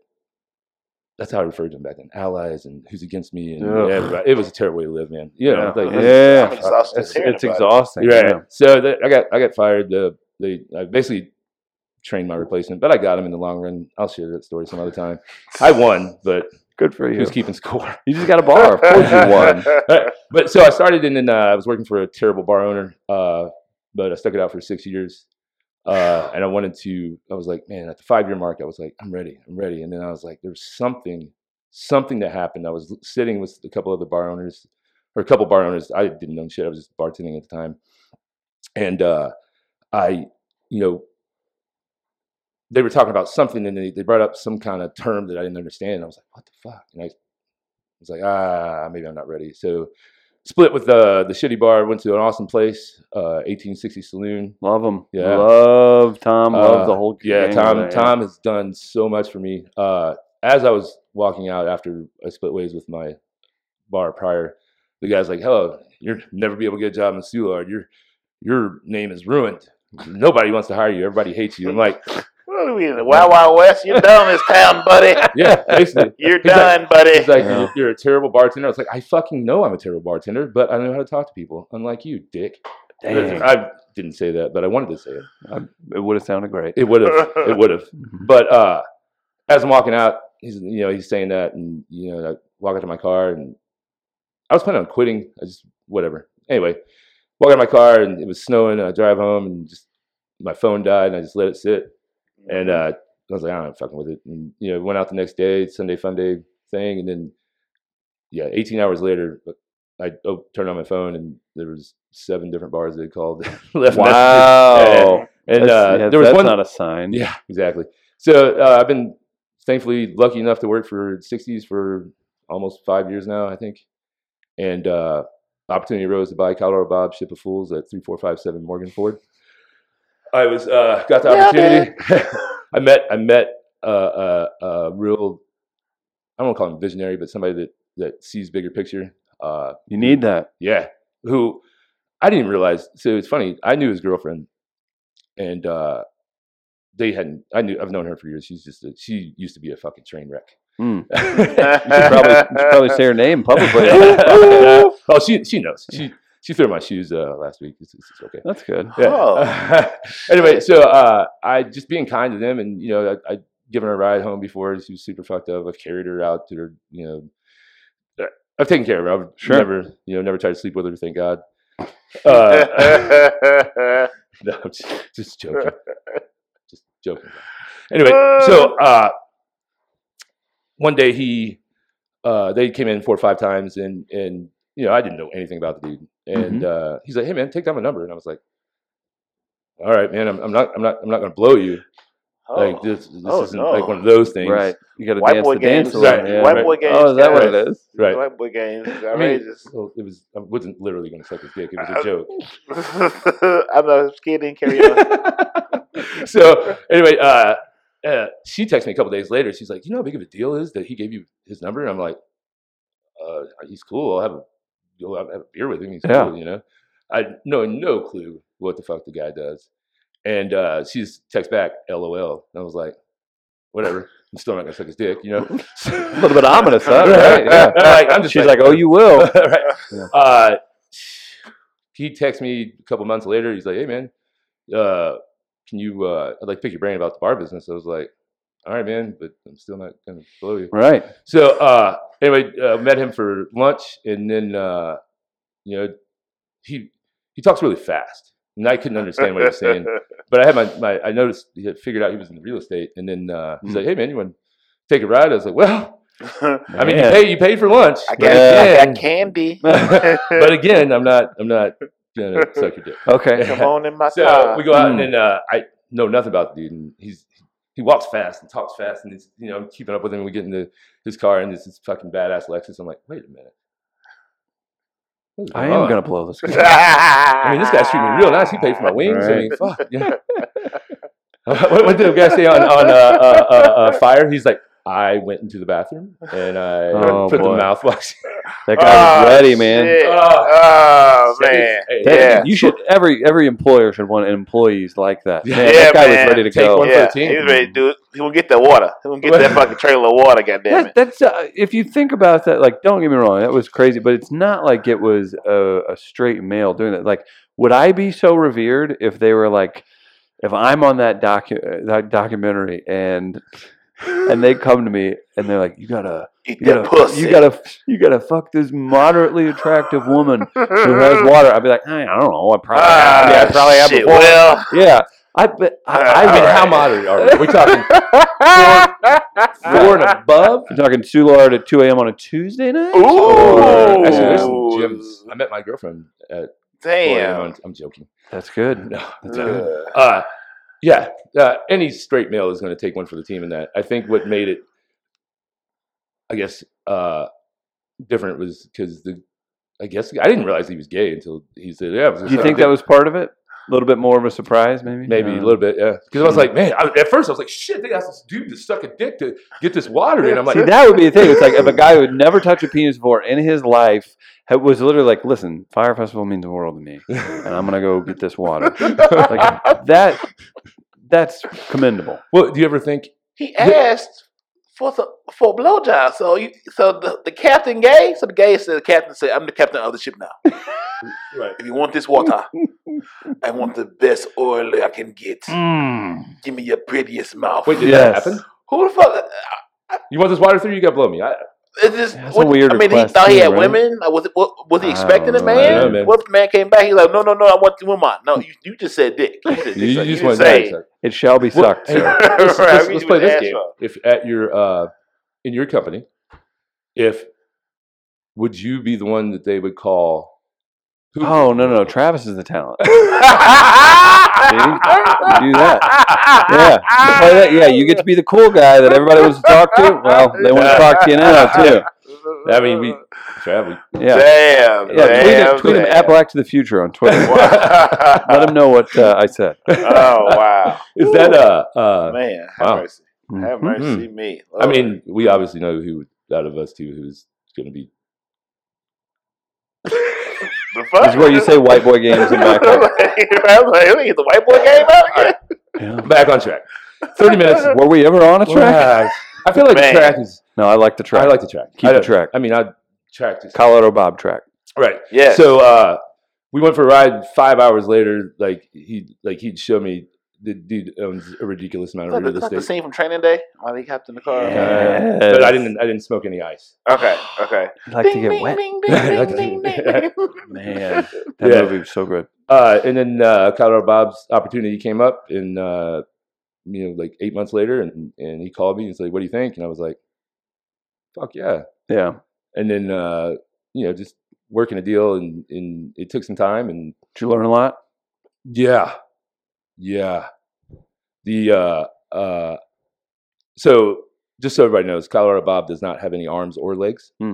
C: that's how i referred to him back then allies and who's against me and
D: Ugh.
C: everybody it was a terrible way to live man you know
D: Yeah.
C: like,
D: Yeah.
B: I'm exhausted
D: It's,
B: hearing
D: it's
B: about it.
D: exhausting.
C: you're right
D: yeah.
C: so the, i got i got fired the they i basically trained my replacement but i got him in the long run i'll share that story some other time i won but
D: Good for you.
C: who's keeping score
D: You just got a bar. Of course you won.
C: but so I started in, and uh, I was working for a terrible bar owner, uh, but I stuck it out for six years. Uh, and I wanted to, I was like, man, at the five year mark, I was like, I'm ready, I'm ready. And then I was like, there's something, something that happened. I was sitting with a couple other bar owners, or a couple bar owners. I didn't own shit. I was just bartending at the time. And uh, I, you know, they were talking about something and they, they brought up some kind of term that I didn't understand. And I was like, what the fuck? And I was like, ah, maybe I'm not ready. So split with the the shitty bar. Went to an awesome place, uh, 1860 Saloon.
D: Love him.
C: Yeah.
D: Love Tom. Love
C: Uh,
D: the whole.
C: Yeah,
D: gang
C: Tom.
D: over there.
C: Tom has done so much for me. Uh, as I was walking out after I split ways with my bar prior, the guy's like, "Hello, you're never be able to get a job in Soulard. Your your name is ruined. Nobody wants to hire you. Everybody hates you." I'm like,
B: What are we in the Wild Wild West? You're done this town, buddy.
C: "Yeah, basically."
B: You're
C: He's like-
B: done, buddy.
C: He's like,
D: Yeah.
C: "You're- "You're a terrible bartender." I was like, "I fucking know I'm a terrible bartender, but I know how to talk to people, unlike you, dick."
D: Dang.
C: I didn't say that, but I wanted to say it.
D: it would have sounded great.
C: It would have. it would have. But uh, as I'm walking out, he's you know he's saying that, and you know I walk out to my car, and I was planning on quitting. I just whatever. Anyway, walk out of my car, and it was snowing. And I drive home, and just my phone died, and I just let it sit. And uh, I was like, I'm not fucking with it. And you know, went out the next day, Sunday fun day thing, and then yeah, 18 hours later, I oh, turned on my phone, and there was seven different bars they called. left messages.
D: Wow.
C: And
D: That's-
C: uh,
D: yeah,
C: there was
D: that's
C: one.
D: not a sign.
C: Yeah, exactly. So uh, I've been thankfully lucky enough to work for 60s for almost five years now, I think. And uh, opportunity arose to buy Colorado Bob Ship of Fools at 3457 Morgan Ford. I was uh, got the
B: Yeah,
C: opportunity. I met I met a uh, uh, uh, real I don't want to call him visionary, but somebody that that sees bigger picture. Uh,
D: You need that.
C: yeah, who I didn't realize. So it's funny. I knew his girlfriend, and uh, they hadn't. I knew. I've known her for years. She's just. A, she used to be a fucking train wreck.
D: Mm. You should probably, you should probably say her name publicly.
C: oh, she she knows. She she threw my shoes uh, last week. It's, it's, it's okay.
D: That's good.
C: Yeah.
B: Oh.
C: anyway, so uh, I just being kind to them, and you know, I, I given her a ride home before. She was super fucked up. I've carried her out to her. You know, uh, I've taken care of her. I've
D: Sure.
C: never, you know, never tried to sleep with her. Thank God. Uh, no, I'm just, just joking. just joking. Anyway, so uh, one day he, uh, they came in four or five times, and and you know I didn't know anything about the dude,
B: Mm-hmm.
C: and uh, he's like, "Hey man, take down my number," and I was like, "All right, man, I'm, I'm not, I'm not, I'm not gonna blow you. Like this, this
B: Oh,
C: isn't
B: no.
C: like one of those things,
D: Right. You got to
B: White
D: dance
B: boy
D: the dance
B: games.
D: a little.
C: Right.
D: Yeah.
B: White boy games.
D: Oh, is that what it
B: guys.
D: is?
C: Right.
B: White boy games. It's
C: I mean,
B: outrageous.
C: well, it was. I wasn't literally going to suck his dick. It was
B: Uh,
C: a joke.
B: I'm not kidding. Carry on.
C: so anyway, uh, uh, she texted me a couple days later. She's like, "You know how big of a deal it is that he gave you his number?" And I'm like, uh, "He's cool. I'll have a, you'll have have a beer with him. He's
D: Yeah.
C: cool, you know." I no no clue what the fuck the guy does, and uh, she's text back, "LOL," and I was like, "Whatever. I'm still not gonna suck his dick, you know."
D: A little bit ominous, huh? Right. Yeah.
C: Like, I'm just
D: She's like, oh, you will.
C: right.
D: Yeah.
C: Uh, he texts me a couple months later. He's like, "Hey, man, uh, can you uh, I'd like to pick your brain about the bar business?" I was like, "All right, man, but I'm still not gonna blow you."
D: Right.
C: So uh, anyway, uh, met him for lunch, and then uh, you know he he talks really fast, and I couldn't understand what he was saying. But I had my, my I noticed he had figured out he was in the real estate, and then uh, he's
D: Hmm.
C: like, "Hey, man, you want to take a ride?" I was like, "Well, I mean, you
D: Man.
C: pay you paid for lunch."
B: I
C: but
B: got, I
C: again-
B: got candy.
C: but again, I'm not. I'm not gonna suck your dick.
D: okay.
B: Come on in my
C: So
B: car.
C: we go out
D: Mm.
C: and uh, I know nothing about the dude, and he's he walks fast and talks fast, and he's you know I'm keeping up with him. We get into his car, and this is fucking badass Lexus. I'm like, wait a minute. What is
D: I
C: going
D: am
C: on?
D: going to blow this. guy.
C: I
B: I
C: mean, this guy's treating me real nice. He paid for my wings. I
D: Right.
C: mean, fuck. Yeah. what, what did the guy say on on uh, uh, uh, uh, fire? He's like, I went into the bathroom and I
D: Oh,
C: put
D: boy.
C: the mouthwash. Ah,
D: That guy was ready, man.
B: Oh, man.
C: Hey,
D: That-
B: Yeah.
D: You should every every employer should want employees like that.
C: Yeah.
D: Man, that
B: Yeah,
D: guy
B: man.
D: was ready to
C: Take
D: go.
C: one.
B: Yeah,
C: 113.
B: he's ready to do it. He gonna get that water. He gonna get that fucking trailer of water. Goddamn
D: That,
B: it.
D: that's uh, if you think about that. Like, don't get me wrong, that was crazy, but it's not like it was a, a straight male doing that. Like, would I be so revered if they were like, if I'm on that docu that documentary and and they come to me and they're like, you gotta,
B: Eat
D: you
B: that
D: gotta,
B: pussy.
D: you gotta, you gotta fuck this moderately attractive woman who has water. I'd be like, I don't know, I probably, have. I, mean, I probably have
B: Ah, shit,
D: before.
B: Well,
D: Yeah, I but I, I
B: Uh,
C: I mean,
D: would
B: Alright.
C: how moderate are we? We're talking four and above.
D: We're talking Soulard at 2 a.m. on a Tuesday night?
B: Ooh.
D: Or-
C: Actually, there's some
B: Ooh.
C: gyms. I met my girlfriend at 4
D: um,
C: a.m.
B: damn.
C: on- I'm joking.
D: That's good.
C: No, that's okay.
B: Ugh.
C: uh, yeah, uh, any straight male is going to take one for the team in that. I think what made it, I guess, uh, different was because the, I guess I didn't realize he was gay until he said, "Yeah." I was
D: Do you think that was part of it? A little bit more of a surprise, maybe?
C: Maybe
D: Yeah.
C: a little bit, yeah. Because I was like, man, I, at first I was like, shit, they asked this dude to suck a dick to get this water in. I'm like,
D: See, that would be the thing. It's like if a guy who had never touched a penis before in his life had- was literally like, listen, Fire Festival means the world to me, and I'm going to go get this water. Like, that, that's commendable.
C: well, do you ever think
B: He asked for some, for a blowjob. So you, so the, the captain gay. So the gay said, the captain said, "I'm the captain of the ship now.
C: Right.
B: If you want this water, I want the best oil I can get.
D: Mm.
C: Hmm.
B: Give me your prettiest mouth."
C: Wait, did that
D: Yes.
C: happen?
B: Who the fuck?
C: You want this water through? You got to blow me. I,
B: It's just,
D: That's a
B: what, I
D: weird
B: mean, he
D: request
B: thought he
D: too,
B: had
D: right?
B: women. Like, was, it, what, was he
D: I
B: expecting a
D: don't know,
B: man?
C: I don't know, man.
B: What if the man came back? He's like, no, no, no, I want the woman. No, you, you just said dick. You, said dick,
C: you,
B: so
C: you just
B: didn't
C: want to
B: say.
C: suck.
D: It shall be
C: Well,
D: sucked,
C: hey,
D: sir.
B: Right,
C: let's, let's-
B: we
C: let's
B: do
C: play
B: an
C: this
B: ass
C: game.
B: roll.
C: If at your uh, in your company, if would you be the one that they would call? Who,
D: Oh, no, no. Travis is the talent.
B: do
D: do Yeah. You play that? Yeah, you get to be the cool guy that everybody wants to talk to. Well, they want to talk to you now, too.
C: I mean, we Trav, we-
D: Yeah.
B: Damn.
D: Yeah, tweet,
B: damn,
D: it, tweet him
B: damn.
D: at Black to the Future on Twitter.
B: Wow.
D: Let him know what uh, I said.
B: oh, wow.
C: Is that uh, uh
B: Man, have
C: Wow. Mm-hmm.
B: mercy. Have
D: Mm-hmm.
B: mercy, me.
C: I mean, we obviously know who out of us two who's going to be.
B: the fuck?
D: This is where you say white boy games and
B: I
D: back.
B: was like, I was like, let me get the white boy game out again.
C: Back on track. Thirty minutes.
D: Were we ever on a track?
C: Wow. I feel like
B: Man.
C: the track is.
D: No, I like the track.
C: I like the track.
D: Keep
C: I
D: the
C: don't-
D: track.
C: I mean, I track just
D: Colorado Bob track.
C: right.
B: Yeah.
C: So uh, we went for a ride. Five hours later, like he like he'd show me the dude owns a ridiculous amount of
B: Is
C: real
B: that the
C: estate.
B: scene from Training Day while he hopped in the car.
D: Yes.
C: Uh, But I didn't I didn't smoke any ice.
B: Okay. Okay.
D: I'd like to get wet.
B: Ding,
C: I
B: ding,
C: like to-
B: ding, ding, ding.
D: Man, that
C: Yeah.
D: movie was so good.
C: Uh, and then uh, Colorado Bob's opportunity came up, and uh, you know, like eight months later, and, and he called me and said, "What do you think?" And I was like, "Fuck yeah!"
D: Yeah.
C: And then uh, you know, just working a deal, and, and it took some time, and
D: Did you learn a lot?
C: yeah, yeah. The uh, uh, so just so everybody knows, Colorado Bob does not have any arms or legs.
D: Hmm.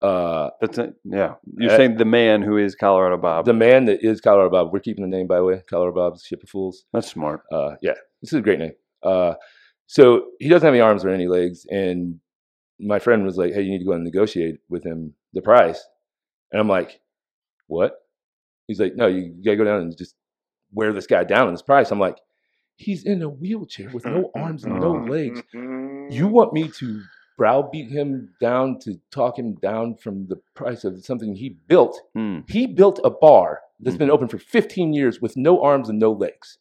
C: Uh,
D: That's it. Yeah. You're
C: Uh,
D: saying the man who is Colorado Bob.
C: the man that is Colorado Bob, we're keeping the name by the way. Colorado Bob's Ship of Fools.
D: That's smart.
C: uh, yeah, this is a great name. Uh, so he doesn't have any arms or any legs, and my friend was like, "Hey, you need to go and negotiate with him the price." And I'm like, "What?" He's like, "No, you gotta go down and just wear this guy down on this price." I'm like, "He's in a wheelchair with no arms and no
B: Mm-hmm.
D: Mm.
C: legs. You want me to browbeat him down to talk him down from the price of something he built?
D: Hmm.
C: He built a bar that's been open for 15 years with no arms and no legs."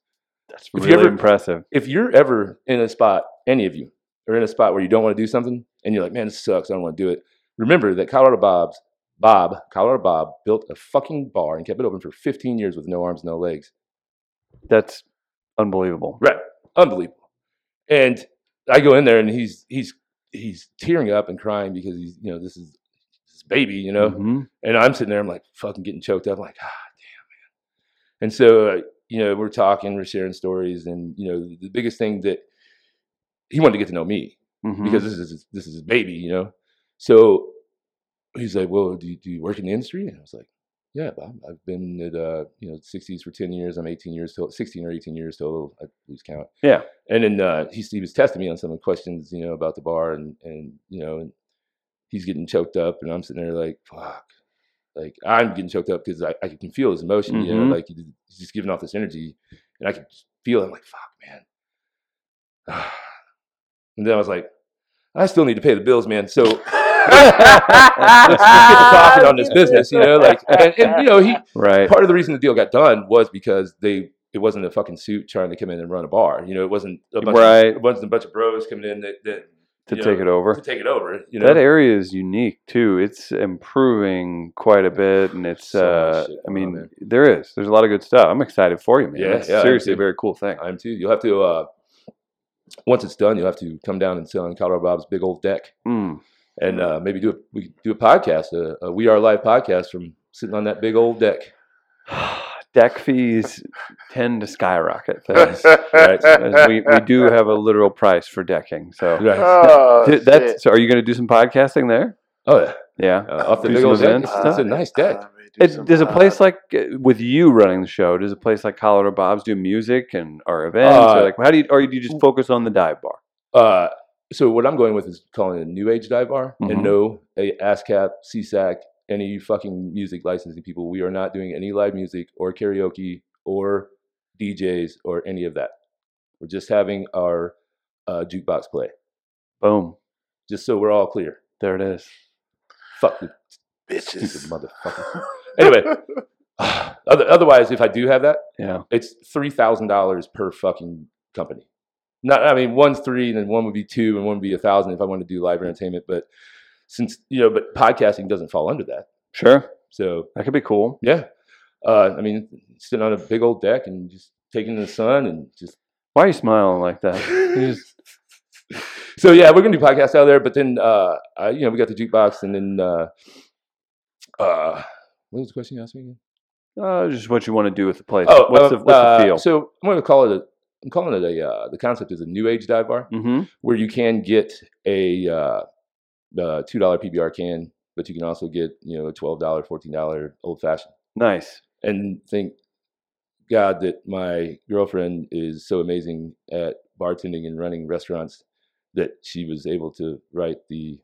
D: That's
C: If you
D: really
C: ever-
D: impressive.
C: if you're ever in a spot, any of you are in a spot where you don't want to do something and you're like, man, this sucks, I don't want to do it. Remember that Colorado Bob's Bob, Colorado Bob built a fucking bar and kept it open for 15 years with no arms, no legs.
D: That's unbelievable.
C: Right. Unbelievable. And I go in there and he's he's he's tearing up and crying because he's, you know, this is his baby, you know.
D: Mhm.
C: And I'm sitting there, I'm like fucking getting choked up. I'm like, ah, damn, man. And so, uh, you know, we're talking, we're sharing stories, and you know, the biggest thing that he wanted to get to know me
D: Mhm.
C: because this is his, this is his baby, you know. So he's like, "Well, do you, do you work in the industry?" And I was like, "Yeah, Bob. I've been at uh, you know 60s for 10 years. I'm 18 years till 16 or 18 years total. I lose count."
D: Yeah.
C: And then uh, he he was testing me on some of the questions, you know, about the bar, and and you know, and he's getting choked up, and I'm sitting there like, "Fuck." Like I'm getting choked up because I, I can feel his emotion, you know,
D: Mhm.
C: like he's just giving off this energy, and I can feel it. I'm like, "Fuck, man." And then I was like, I still need to pay the bills, man. So let's, let's get to talking on this business, you know. Like, eh, and, and you know, he
D: Right.
C: part of the reason the deal got done was because they it wasn't a fucking suit trying to come in and run a bar. You know, it wasn't a bunch
D: Right.
C: of, it wasn't a bunch of bros coming in that, that
D: To
C: you
D: take
C: know,
D: it over.
C: to take it over. You know,
D: That area is unique too. It's improving quite a bit, and it's.
C: So much
D: uh,
C: shit
D: I
C: going on
D: mean,
C: there.
D: there is. There's a lot of good stuff. I'm excited for you, man.
C: Yeah,
D: That's
C: yeah,
D: seriously a
C: dude.
D: very cool thing.
C: I'm too. You'll have to uh, once it's done, you'll have to come down and sit on Colorado Bob's big old deck
D: Mm.
C: and uh, maybe do a, we could do a podcast, a, a We Are Live podcast from sitting on that big old deck.
D: Deck fees tend to skyrocket. Things. As we, we do have a literal price for decking. So
C: Right.
B: Oh,
D: Dude,
B: shit.
D: that's. So are you going to do some podcasting there?
C: Oh yeah.
D: Yeah.
C: uh, off the
D: Do
C: big
D: some
C: old deck.
D: events
C: It's,
D: and
C: it's a
D: stuff?
C: nice deck.
B: Uh, we do
D: It,
B: some,
D: does a
B: uh,
D: place like uh, with you running the show? Does a place like Colorado Bob's do music and or events?
C: Uh,
D: or like how do you or do you just focus on the dive bar?
C: Uh, so what I'm going with is calling it a new age dive bar,
D: Mhm.
C: and no a ASCAP, CSAC, any fucking music licensing people. We are not doing any live music or karaoke or DJs or any of that. We're just having our uh, jukebox play,
D: Boom.
C: just so we're all clear.
D: There it is.
C: Fuck the stupid
B: bitches.
C: motherfucker. Anyway, other, otherwise, if I do have that,
D: Yeah.
C: it's three thousand dollars per fucking company. Not, I mean, one's three, and then one would be two, and one would be a thousand if I wanted to do live entertainment. But since you know, but podcasting doesn't fall under that.
D: Sure.
C: So
D: That could be cool.
C: yeah, uh, I mean, sitting on a big old deck and just taking in the sun and just.
D: Why are you smiling like that? You just-
C: so yeah, we're gonna do podcasts out there, but then uh, I, you know, we got the jukebox, and then uh, uh, what was the question you asked me again?
D: uh, just what you want to do with the place.
C: Oh,
D: what's
C: uh,
D: the, what's
C: uh,
D: the feel?
C: So I'm going to call it. A, I'm calling it a. Uh, the concept is a new age dive bar
D: mm-hmm.
C: where you can get a uh, uh, two dollar PBR can, but you can also get you know a twelve dollar, fourteen dollar old fashioned.
D: Nice.
C: And thank God that my girlfriend is so amazing at bartending and running restaurants that she was able to write the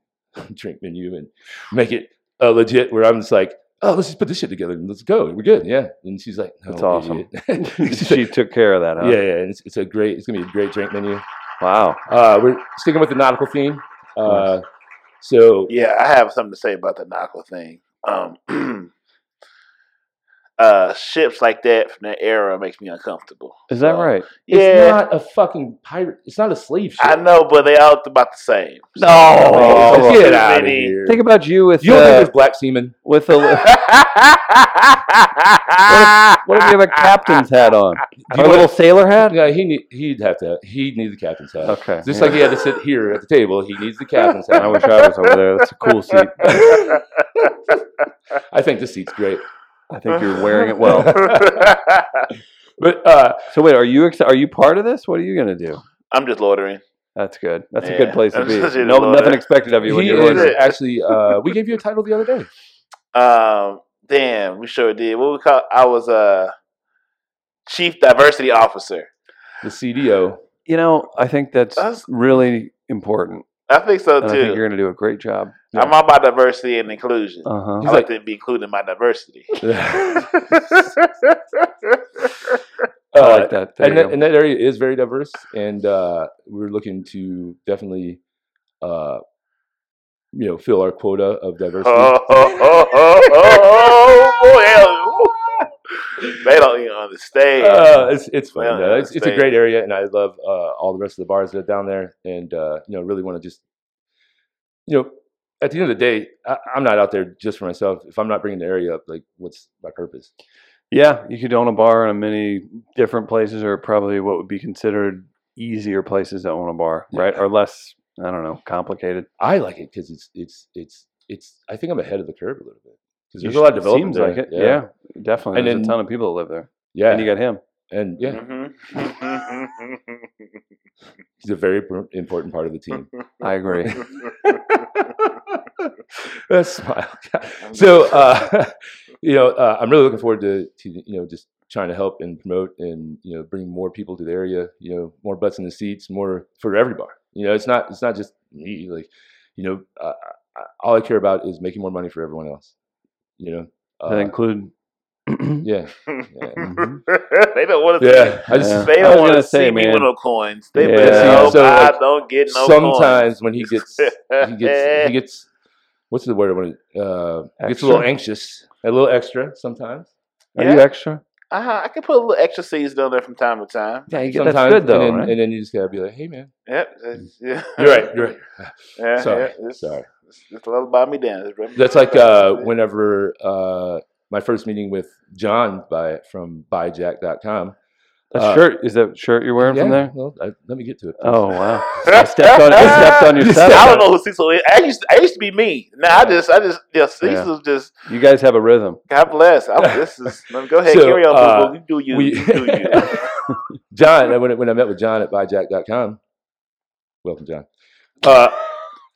C: drink menu and make it uh, legit. Where I'm just like, oh, let's just put this shit together and let's go. We're good. Yeah. And she's like, no,
D: That's awesome.
C: idiot. She's
D: she
C: like,
D: took care of that, huh?
C: yeah, yeah. And it's, it's a great. It's gonna be a great drink menu.
D: Wow.
C: Uh, we're sticking with the nautical theme. Uh, so
B: Yeah, I have something to say about the Naco thing. Um, uh, ships like that from that era makes me uncomfortable.
D: Is that
B: So,
D: right?
C: it's
B: Yeah,
C: not a fucking pirate. It's not a slave ship.
B: I know, but they all about the same.
D: No.
B: Oh,
C: get
B: okay.
C: out of
B: Maybe.
C: here.
D: Think about you with
C: you don't think
D: uh,
C: there's black seamen?
D: with a what if you have a captain's hat on?
C: Do
D: Or
C: you
D: a
C: know
D: little
C: what-
D: sailor hat?
C: Yeah, he need, he'd have to. He'd need the captain's hat.
D: Okay.
C: Just
D: yeah.
C: like he had to sit here at the table, he needs the captain's hat.
D: I wish I was over there. That's a cool seat.
C: I think this seat's great.
D: I think you're wearing it well.
C: But uh,
D: So wait, are you ex- are you part of this? What are you gonna do?
B: I'm just loitering.
D: That's good. That's a
B: Yeah.
D: good place to be.
B: Absolutely
D: No,
B: love
D: nothing
B: it.
D: expected of you when
C: he
D: you're
C: is
D: ordering.
C: actually. Uh, we gave you a title the other day.
B: Um, damn, we sure did. What we call? I was uh, chief diversity officer.
C: The CDO.
D: You know, I think that's,
B: That's-
D: really important.
B: I think so
D: And I think
B: too.
D: you're gonna do a great job.
C: yeah.
B: I'm all about diversity and inclusion.
D: Uh huh.
B: I like to be included in my diversity.
C: Uh,
D: I
C: Uh,
D: like that. There
C: and
D: you
C: that,
D: go.
C: and that area is very diverse, and uh, we're looking to definitely, uh, you know, fill our quota of diversity.
B: oh, oh, oh, oh, oh, boy, hell, woo. they don't even understand.
C: Uh, it's it's fun.
B: Well,
C: though.
B: yeah,
C: it's, it's a
B: same.
C: great area, and I love uh, all the rest of the bars that are down there. And uh, you know, really want to just, you know, at the end of the day, I, I'm not out there just for myself. If I'm not bringing the area up, like, what's my purpose?
D: Yeah, you could own a bar in many different places, or probably what would be considered easier places to own a bar, right? Or less, I don't know, complicated.
C: I like it because it's it's it's it's. I think I'm ahead of the curve a little bit because
D: You
C: there's a lot of
D: should-
C: development.
D: Seems
C: there.
D: like it. Yeah, definitely.
C: And
D: There's
C: then-
D: a ton of people that live there,
C: yeah,
D: and you got him.
C: and yeah, he's a very pr- important part of the team.
D: I agree.
C: That smile. so uh, you know, uh, I'm really looking forward to, to you know just trying to help and promote and you know bring more people to the area. You know, more butts in the seats, more for every bar. You know, it's not it's not just me. Like, you know, uh, uh, all I care about is making more money for everyone else. You know, uh,
D: that include.
C: yeah, yeah.
D: Mhm.
B: they don't want to.
C: yeah. I just,
D: Yeah.
B: They
D: I was
B: don't want
D: gonna
B: to
D: say,
B: see me
D: man.
B: with no coins. They
D: Yeah.
B: better hope
C: So,
B: I
C: like,
B: don't get no coins.
C: sometimes when he gets he gets he gets what's the word when it uh, he gets a little
D: Extra?
C: anxious, a little extra sometimes.
D: Are you
B: Yeah.
D: extra?
B: uh-huh, I can put a little extra season on there from time to time.
D: Yeah, you
C: Sometimes,
D: that's good though.
C: and then,
D: right?
C: and then you just gotta be like, "Hey, man,
B: Yep. that's- yeah.
C: you're right, you're right."
B: Yeah,
C: Sorry,
B: yeah, it's-
C: sorry.
B: It's, it's a little by me down. It's
C: That's like uh, whenever uh, my first meeting with John by from buyjack.com.
D: that
C: uh,
D: shirt is that shirt you're wearing from
C: Yeah,
D: there?
C: Well, I, let me get to it.
D: Oh wow! I stepped on, I stepped on your
B: You
D: setup.
B: I don't know who Cecil is. I used, I used to be me. Now I just, I just, yeah, Cecil's just.
D: You guys have a rhythm.
B: God bless. I'm, this is. Go ahead,
C: So,
B: carry on.
C: uh,
B: Boo Boo. you do you.
C: we-
B: you do you.
C: John, uh, when, I- when I met with John at buyjack.com, welcome, John. Uh,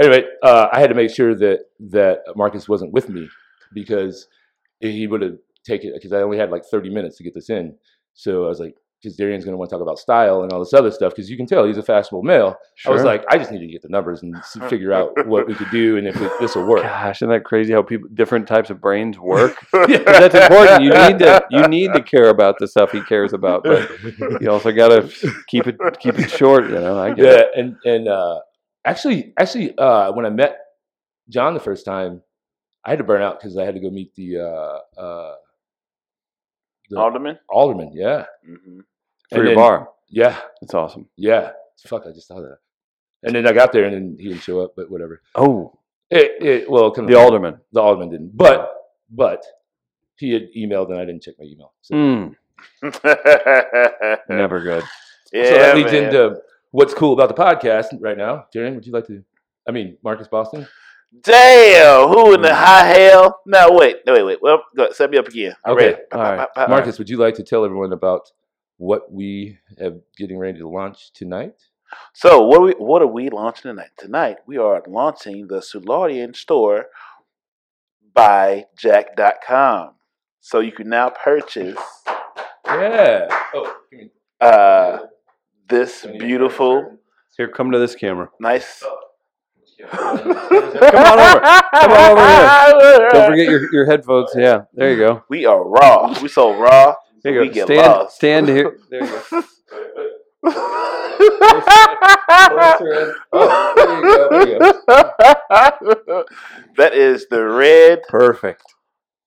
C: anyway, uh, I had to make sure that that Marcus wasn't with me because he would have taken because I only had like 30 minutes to get this in. So I was like, because Darian's going to want to talk about style and all this other stuff because you can tell he's a fashionable male. I was
D: Sure.
C: like, I just need to get the numbers and s- figure out what we could do and if it, this will work.
D: Gosh, isn't that crazy how people different types of brains work? But that's important. You need to you need to care about the stuff he cares about, but you also got to keep it keep it short. You know, I get
C: yeah,
D: it.
C: and and uh, actually, actually, uh, when I met John the first time, I had to burn out because I had to go meet the uh, uh,
B: Alderman.
C: alderman. Yeah,
B: Mm-hmm.
D: for
C: And then-
D: your bar.
C: yeah,
D: It's awesome.
C: yeah. Fuck, I just thought of that. And then I got there, and then he didn't show up. But whatever.
D: Oh,
C: It, it well, come
D: the alderman.
C: the alderman didn't. But but he had emailed, and I didn't check my email. So,
D: Mm, never good.
B: yeah,
C: so that leads
B: man.
C: into what's cool about the podcast right now. Darren, would you like to? I mean, Marcus Boston.
B: Damn, who in the
C: Mm.
B: high hell? No, wait, no, wait, wait. Well, go set me up again. I'm
C: Okay,
B: ready.
D: all right.
B: Pa- pa- pa-
C: Marcus, would you like to tell everyone about what we have getting ready to launch tonight?
B: So, what are we what are we launching tonight? Tonight, we are launching the Sularian store by Jack.com. So you can now purchase
C: Yeah. Oh, give me-
B: uh, this beautiful,
D: Here, come to this camera.
B: nice
D: Come on over. Come on over here. Don't forget your, your headphones. Yeah, there you go.
B: We are raw. We so raw.
D: There you
B: We
D: go.
B: get
D: stand,
B: lost.
D: stand here. There you go. Oh.
B: that is the red
D: Perfect.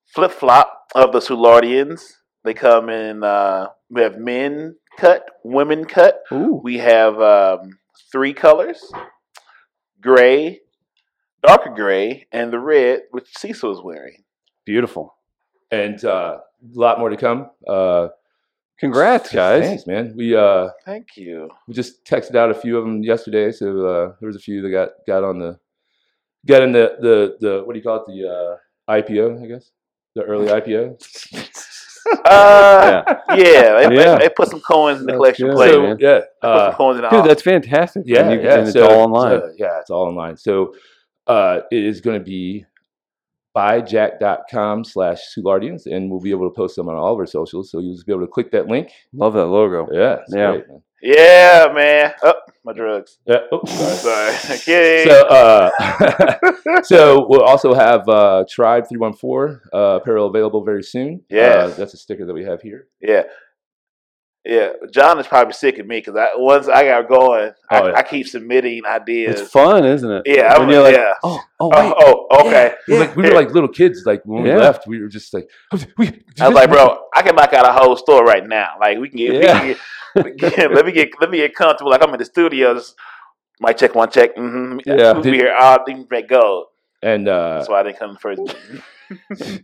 B: flip flop of the Sulardians. They come in. Uh, we have men cut, women cut.
D: Ooh.
B: We have um, three colors: gray, darker gray, and the red, which Cecil is wearing.
D: Beautiful.
C: and a lot more to come. Uh,
D: Congrats, guys.
C: Thanks, man. We uh,
B: Thank you.
C: we just texted out a few of them yesterday, so uh, there was a few that got got on the got in the the, the what do you call it the uh, IPO, I guess, the early IPO.
B: Uh, yeah, They,
D: Yeah.
B: They, they put some coins in the
D: That's
B: collection
D: good.
B: plate.
D: Hey,
C: so
D: man.
C: yeah,
B: They put
C: uh,
B: some coins in the
D: Dude,
B: hall.
D: that's fantastic.
C: yeah,
D: And, you-
C: yeah.
D: and it's
C: so- uh,
D: all online.
C: so, yeah, it's all online. So uh, it is going to be buyjack.com slash Sulardians, and we'll be able to post them on all of our socials. So you'll just be able to click that link.
D: Love that logo.
C: Yeah, it's
D: Yeah.
C: great, man.
B: Yeah, man. Oh, my drugs.
C: Yeah. oops, sorry.
B: Sorry. Okay.
C: So, uh, so we'll also have uh, Tribe Three One Four uh, apparel available very soon.
B: Yes.
C: uh, that's a sticker that we have here.
B: yeah. Yeah, John is probably sick of me because I, once I got going, I,
C: Oh, yeah.
B: I keep submitting ideas.
D: It's fun, isn't it?
B: Yeah,
D: When
B: I'm-
D: you're like,
B: yeah.
D: oh, oh, wait.
B: Oh, oh, okay.
C: We were like- we were like little kids. Like when
D: Yeah.
C: we left, we were just like, "Oh, we,
B: I was like, bro, I can knock out a whole store right now. Like we can get,
D: Yeah.
B: we can get, let me get let me get comfortable. Like I'm in the studios. Might check one check. Mm-hmm.
D: Yeah.
B: we'll be here all things make gold.
C: and uh,
B: That's why I didn't come first.
C: and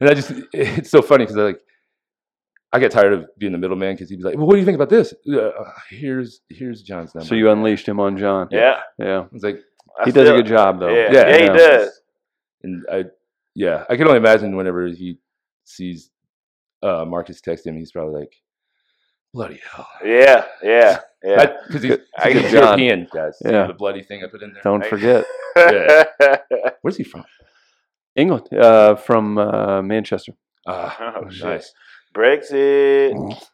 C: I just it's so funny because I like. I got tired of being the middleman because he'd be like, "Well, what do you think about this? Uh, here's here's John's number."
D: So you unleashed him on John.
B: yeah,
D: Yeah.
C: I was like,
B: I
D: He does
B: still-
D: a good job, though.
B: Yeah,
C: Yeah,
B: yeah,
D: yeah.
B: he does.
C: and I, yeah, I can only imagine whenever he sees uh, Marcus text him, he's probably like, "Bloody hell!"
B: Yeah, yeah, yeah.
C: because he's,
B: I-
C: he's
D: John.
C: European, guys. See
D: Yeah.
C: the bloody thing I put in there.
D: Don't
B: Hey.
D: forget
C: Where's he from?
D: England uh, from uh, Manchester.
C: Ah,
B: Oh, shit.
C: nice.
B: Brexit.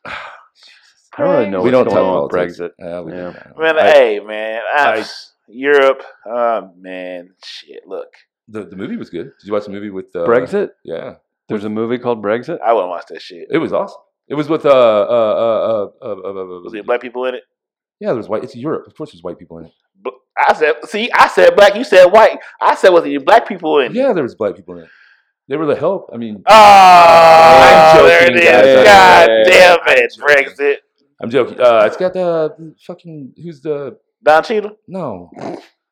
D: I don't really know
C: we
D: what's
C: don't
D: going
C: talk
D: on
C: about
D: with Brexit.
C: Brexit. Yeah, we
D: Yeah.
C: don't.
B: Man,
C: I-
B: hey, man. I,
C: I-
B: Europe. Oh, man. Shit, look.
C: the, the movie was good. Did you watch the movie with uh,
D: Brexit?
C: Yeah,
D: There's a movie called Brexit.
B: I wouldn't watch that shit.
C: it was awesome. It was with uh uh uh uh, uh, uh,
B: Was
C: uh,
B: there black people in it?
C: yeah. There's white. It's Europe. Of course, there's white people in it.
B: Bl- I said, see, I said black. You said white. I said, was there black people in it?
C: Yeah, there was black people in it. They were the help. I mean,
B: Oh,
C: I'm
B: there it
C: joking,
B: is. God
C: guys.
D: I'm
C: joking.
B: damn it,
C: I'm joking.
B: Brexit.
C: I'm joking. Uh, it's got the fucking who's the
B: Don Cheadle?
C: no.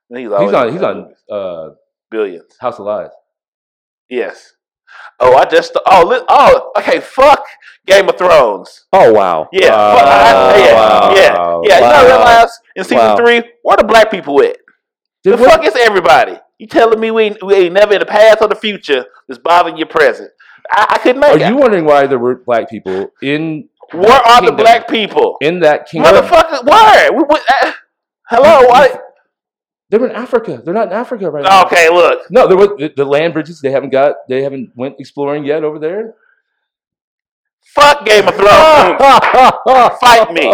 B: He's,
C: He's
B: always-
C: on. He's on uh,
B: billions.
C: House of Lies.
B: Yes. Oh, I just oh li- oh okay. Fuck Game of Thrones.
D: Oh wow.
B: Yeah,
C: Uh,
B: fuck, I- yeah, yeah,
C: Oh,
B: yeah. You know, realize in season
D: Wow.
B: three, where the black people at?
C: Did
B: the
C: what-
B: fuck is everybody? You telling me we ain't, we ain't never in the past or the future that's bothering your present? I, I couldn't
C: Are
B: make
C: you
B: it.
C: wondering why there were black people in
B: Where are the
C: Kingdom.
B: black people?
C: in that kingdom?
B: Motherfucker, where? We, we, uh, hello, what?
C: They're in Africa. They're not in Africa right now.
B: Okay, look.
C: No, there were the, the land bridges. They haven't got. They haven't went exploring yet over there.
B: Fuck Game of Thrones. Fight me.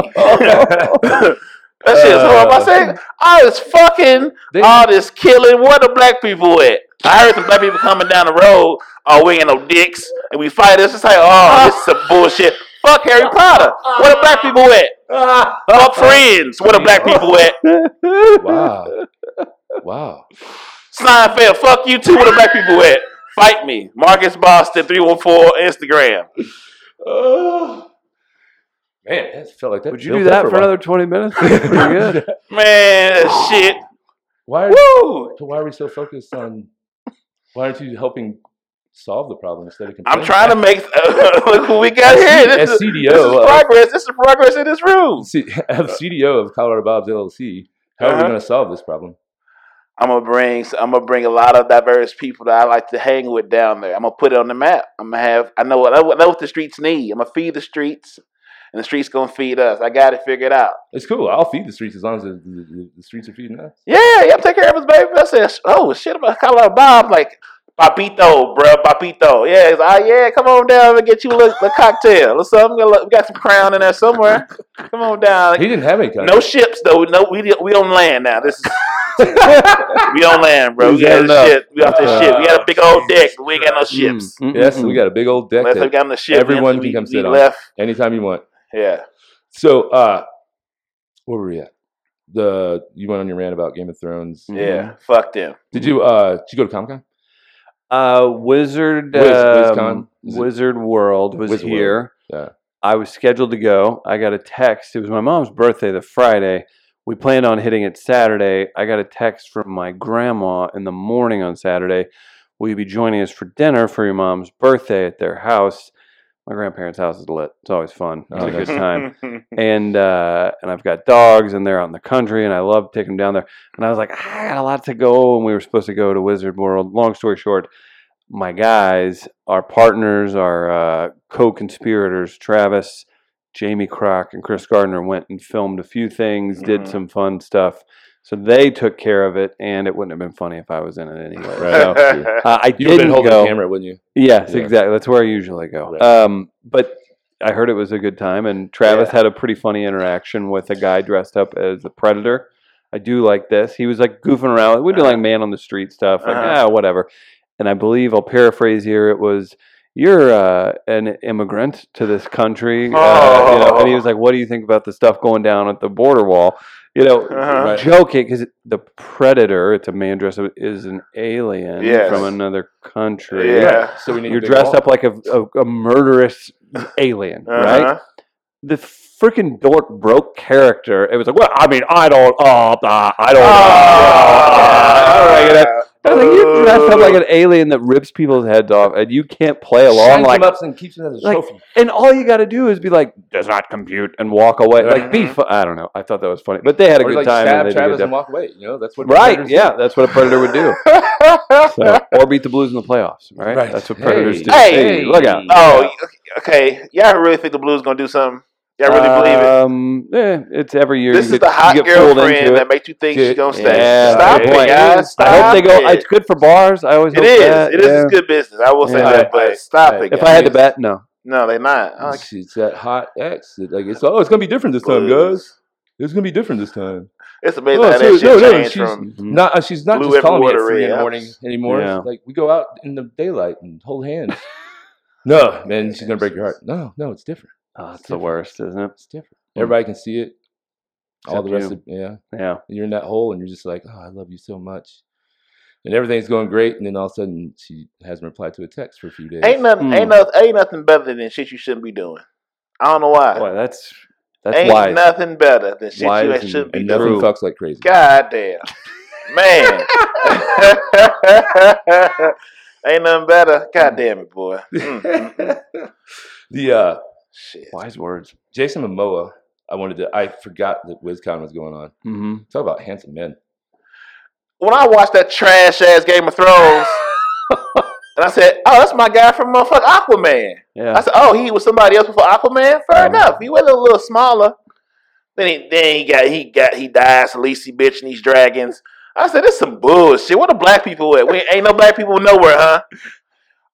B: That shit is horrible. I
C: Uh.
B: said, all this fucking,
C: They-
B: all this killing. Where the black people at? I heard some black people coming down the road. Oh, we ain't no dicks, and we fight. It's just like, oh, this is some bullshit. Fuck Harry Potter. Where the black people at? Fuck Friends. Where the black people at?
C: Wow, wow.
B: Seinfeld. Fuck you too. Where the black people at? Fight me, Marcus Boston three one four Instagram.
C: Man, that felt like that.
D: Would you do that for another 20 minutes? Pretty good.
B: Man, shit.
C: Why? Are,
B: Woo.
C: so why are we so focused on? Why aren't you helping solve the problem instead of?
B: I'm
C: complaining?
B: trying to make. look who we got here. This
C: As
B: is,
C: CDO,
B: this is
C: uh,
B: progress. This is progress in this room.
C: C- of CDO of Colorado Bob's LLC. How are we
B: Uh-huh.
C: going to solve this problem?
B: I'm gonna bring I'm gonna bring a lot of diverse people that I like to hang with down there. I'm gonna put it on the map. I'm gonna have I know what I know what the streets need. I'm gonna feed the streets, and the streets gonna feed us. I got it figured out.
C: It's cool. I'll feed the streets as long as the, the, the streets are feeding us.
B: Yeah, yeah, take care of us, baby. I said, oh shit about Colorado Bob. Like Papito, bro, Papito. Yeah, it's, ah, yeah, come on down and get you a, little- a cocktail or something. We got- we got some crown in there somewhere. Come on down.
C: He didn't have any kind
B: No ships though. No, we we on land now. This is we on land, bro.
C: Is
B: We got
C: that enough?
B: shit. We got this
C: Uh,
B: shit. We got a big old deck.
A: Jesus
B: We ain't got no
D: Mm-hmm.
B: ships.
C: Yes, we got a big old deck.
B: Unless
C: that-
B: we got on the ship,
C: everyone
B: we,
C: can come
B: we
C: sit on.
B: left.
C: anytime you want.
B: Yeah.
C: So, uh, where were we at? The you went on your rant about Game of Thrones.
D: Mm.
B: Yeah. Fuck them.
C: Did you uh did you go to Comic Con?
D: Uh, Wizard
C: Wiz-
D: um,
C: WizCon? Is it-
D: Wizard World was
C: Wiz World,
D: here.
C: yeah.
D: I was scheduled to go. I got a text. It was my mom's birthday the Friday. We planned on hitting it Saturday. I got a text from my grandma in the morning on Saturday. Will you be joining us for dinner for your mom's birthday at their house? My grandparents' house is lit. It's always fun. It's
C: Oh,
D: a
C: nice.
D: good time and uh, and I've got dogs, and they're out in the country, and I love taking them down there. And I was like, "Ah, I got a lot to go, and we were supposed to go to Wizard World. Long story short, my guys, our partners, our uh, co-conspirators, Travis, Jamie Crock, and Chris Gardner went and filmed a few things,
B: Mhm.
D: did
C: Mm-hmm.
D: some fun stuff. So they took care of it, and it wouldn't have been funny if I was in it anyway.
C: Right.
D: So
B: Uh-huh.
D: uh, I
C: You would have been
D: didn't
C: holding
D: go.
C: the camera, wouldn't you?
D: Yes,
C: Yeah.
D: exactly. That's where I usually go.
C: Right.
D: Um, but I heard it was a good time, and Travis had a pretty funny interaction with a guy dressed up as a predator. I do like this. He was like goofing around. We do like man on the street stuff, like
B: Uh-huh.
D: ah, whatever. And I believe I'll paraphrase here. It was you're uh, an immigrant to this country, uh, you know, and he
B: Oh.
D: was like, "What do you think about the stuff going down at the border wall?" You know,
B: Uh-huh.
C: Right.
D: joking because the predator, it's a man dressed up, is an alien
B: Yes.
D: from another country
B: Yeah.
C: So we need a
D: you're
C: big
D: dressed
C: wall.
D: up like a, a, a murderous alien, right?
B: Uh-huh.
D: The freaking dork broke character. It was like, well, I mean, I don't, uh, uh, I don't. uh,
B: Ah,
D: uh, I don't like it."
B: ah,
D: I was like, you're dressed up like an alien that rips people's heads off, and you can't play along
C: Shines
D: like.
C: him up and keeps it as a
D: like-
C: trophy.
D: And all you got to do is be like, does not compute, and walk away.
C: Right.
D: Like, be. Fu- I don't know. I thought that was funny, but they had
C: Uh-huh.
D: a
C: Or
D: good
C: like
D: time.
C: stab
D: and they did a
C: Travis
D: good
C: and
D: job.
C: walk away. You know that's what
D: Right?
C: predators do.
D: Yeah, that's what a predator would do. So, or beat the Blues in the playoffs. Right?
C: Right.
D: That's what
C: Hey.
D: predators do.
B: Hey.
D: look out!
B: Oh, okay. Y'all really think the Blues gonna do something? Y'all really believe it?
D: Um, eh, it's every year.
B: This
D: you
B: is
D: get-
B: the
D: you
B: hot
D: get pulled into
B: girlfriend
D: it.
B: that makes you think she's gonna stay.
D: Yeah,
B: Stop
D: good
B: it,
D: point.
B: guys. Stop
D: I hope they go.
B: It.
D: It's good for bars. I always
B: It
D: hope
B: is.
D: That.
B: It is
D: yeah.
B: it's good business. I will say
D: Yeah.
B: that, but
C: Alright.
B: stop it.
C: Alright.
D: If
B: guys.
D: I had to bet, no.
B: no, they not. I don't
C: It's, it's that hot X. It, like it's oh, it's gonna be different this time,
B: Blues.
C: guys. It's gonna be different this time.
D: Mm-hmm.
B: It's amazing
C: Oh,
B: how that
C: so-
B: shit
C: no, no,
B: changed
C: she's-
B: from.
D: Mhm.
C: Not uh, she's not
B: Blue
C: just calling me at
B: everywhere,
C: three in the
B: yeah.
C: morning anymore.
D: Yeah.
C: Like we go out in the daylight and hold hands. no, man, she's gonna break your heart. No, no, it's different.
D: Oh, it's the worst, isn't it?
C: It's different.
D: Mm.
C: Everybody can see it. All
D: Except
C: the rest
D: you.
C: of yeah.
D: Yeah.
C: And you're in that hole and you're just like, oh, I love you so much. And everything's going great, and then all of a sudden she hasn't replied to a text for a few days.
B: Ain't nothing.
D: Hmm.
B: Ain't nothing. Ain't nothing better than shit you shouldn't be doing. I don't know why.
D: Boy, that's that's
B: ain't
D: wise.
B: nothing better than shit you
D: Wise
B: ain't shouldn't be
C: and
B: doing.
C: nothing
D: True.
C: fucks like crazy.
B: God damn, man. ain't nothing better. God damn it, boy. Mm, mm, mm.
C: the uh,
B: Shit.
D: Wise words.
C: Jason Momoa, I wanted to. I forgot that WizCon was going on.
D: hmm
C: Talk about handsome men.
B: When I watched that trash ass Game of Thrones, and I said, "Oh, that's my guy from motherfucking Aquaman." I
D: Yeah.
B: said, "Oh, he was somebody else before Aquaman." Fair
D: Uh-huh.
B: enough. He was a little, little smaller. Then he then he got he got he dies Khaleesi bitch and these dragons. I said, "This some bullshit." Where the black people at? We ain't no black people nowhere, huh?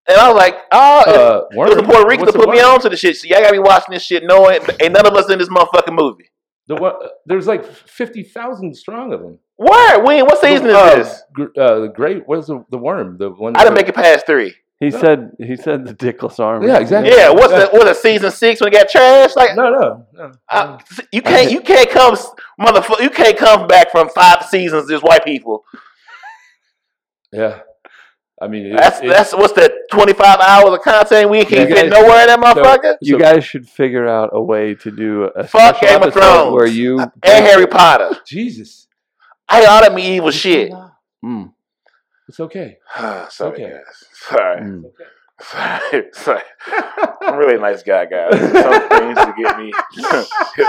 B: And I was like, "Oh, it-
C: Uh,
B: it was the Puerto Rican to put me on to the shit. So y'all gotta be watching this shit, knowing ain't none of us in this motherfucking movie.
C: The one, there's like fifty thousand strong of them.
B: Where? When? What season is
C: uh,
B: this?
C: gr- uh, the great. What is the, the worm? The one.
B: I didn't make it past three.
D: He said. He said the dickless army.
C: Yeah, exactly.
B: Yeah, what's the what is season six when it got trashed? Like
C: No, no, no.
B: I, you can't you can't come motherfucker you can't come back from five seasons as white people.
C: yeah. I mean, it-
B: That's
C: it-
B: that's what's that twenty five hours of content we can't
D: You
B: fit
D: guys-
B: nowhere in that motherfucker.
D: You
C: So-
D: guys should figure out a way to do a
B: Fuck
D: special
B: Game of
D: episode
B: Thrones.
D: where you
B: and Harry Potter.
C: Jesus.
B: I hate all that medieval shit.
D: Mm,
C: It's okay.
B: sorry,
C: Okay.
B: guys. Sorry.
D: mm.
B: sorry, sorry. I'm really a nice guy, guys. Some things to get me.
C: You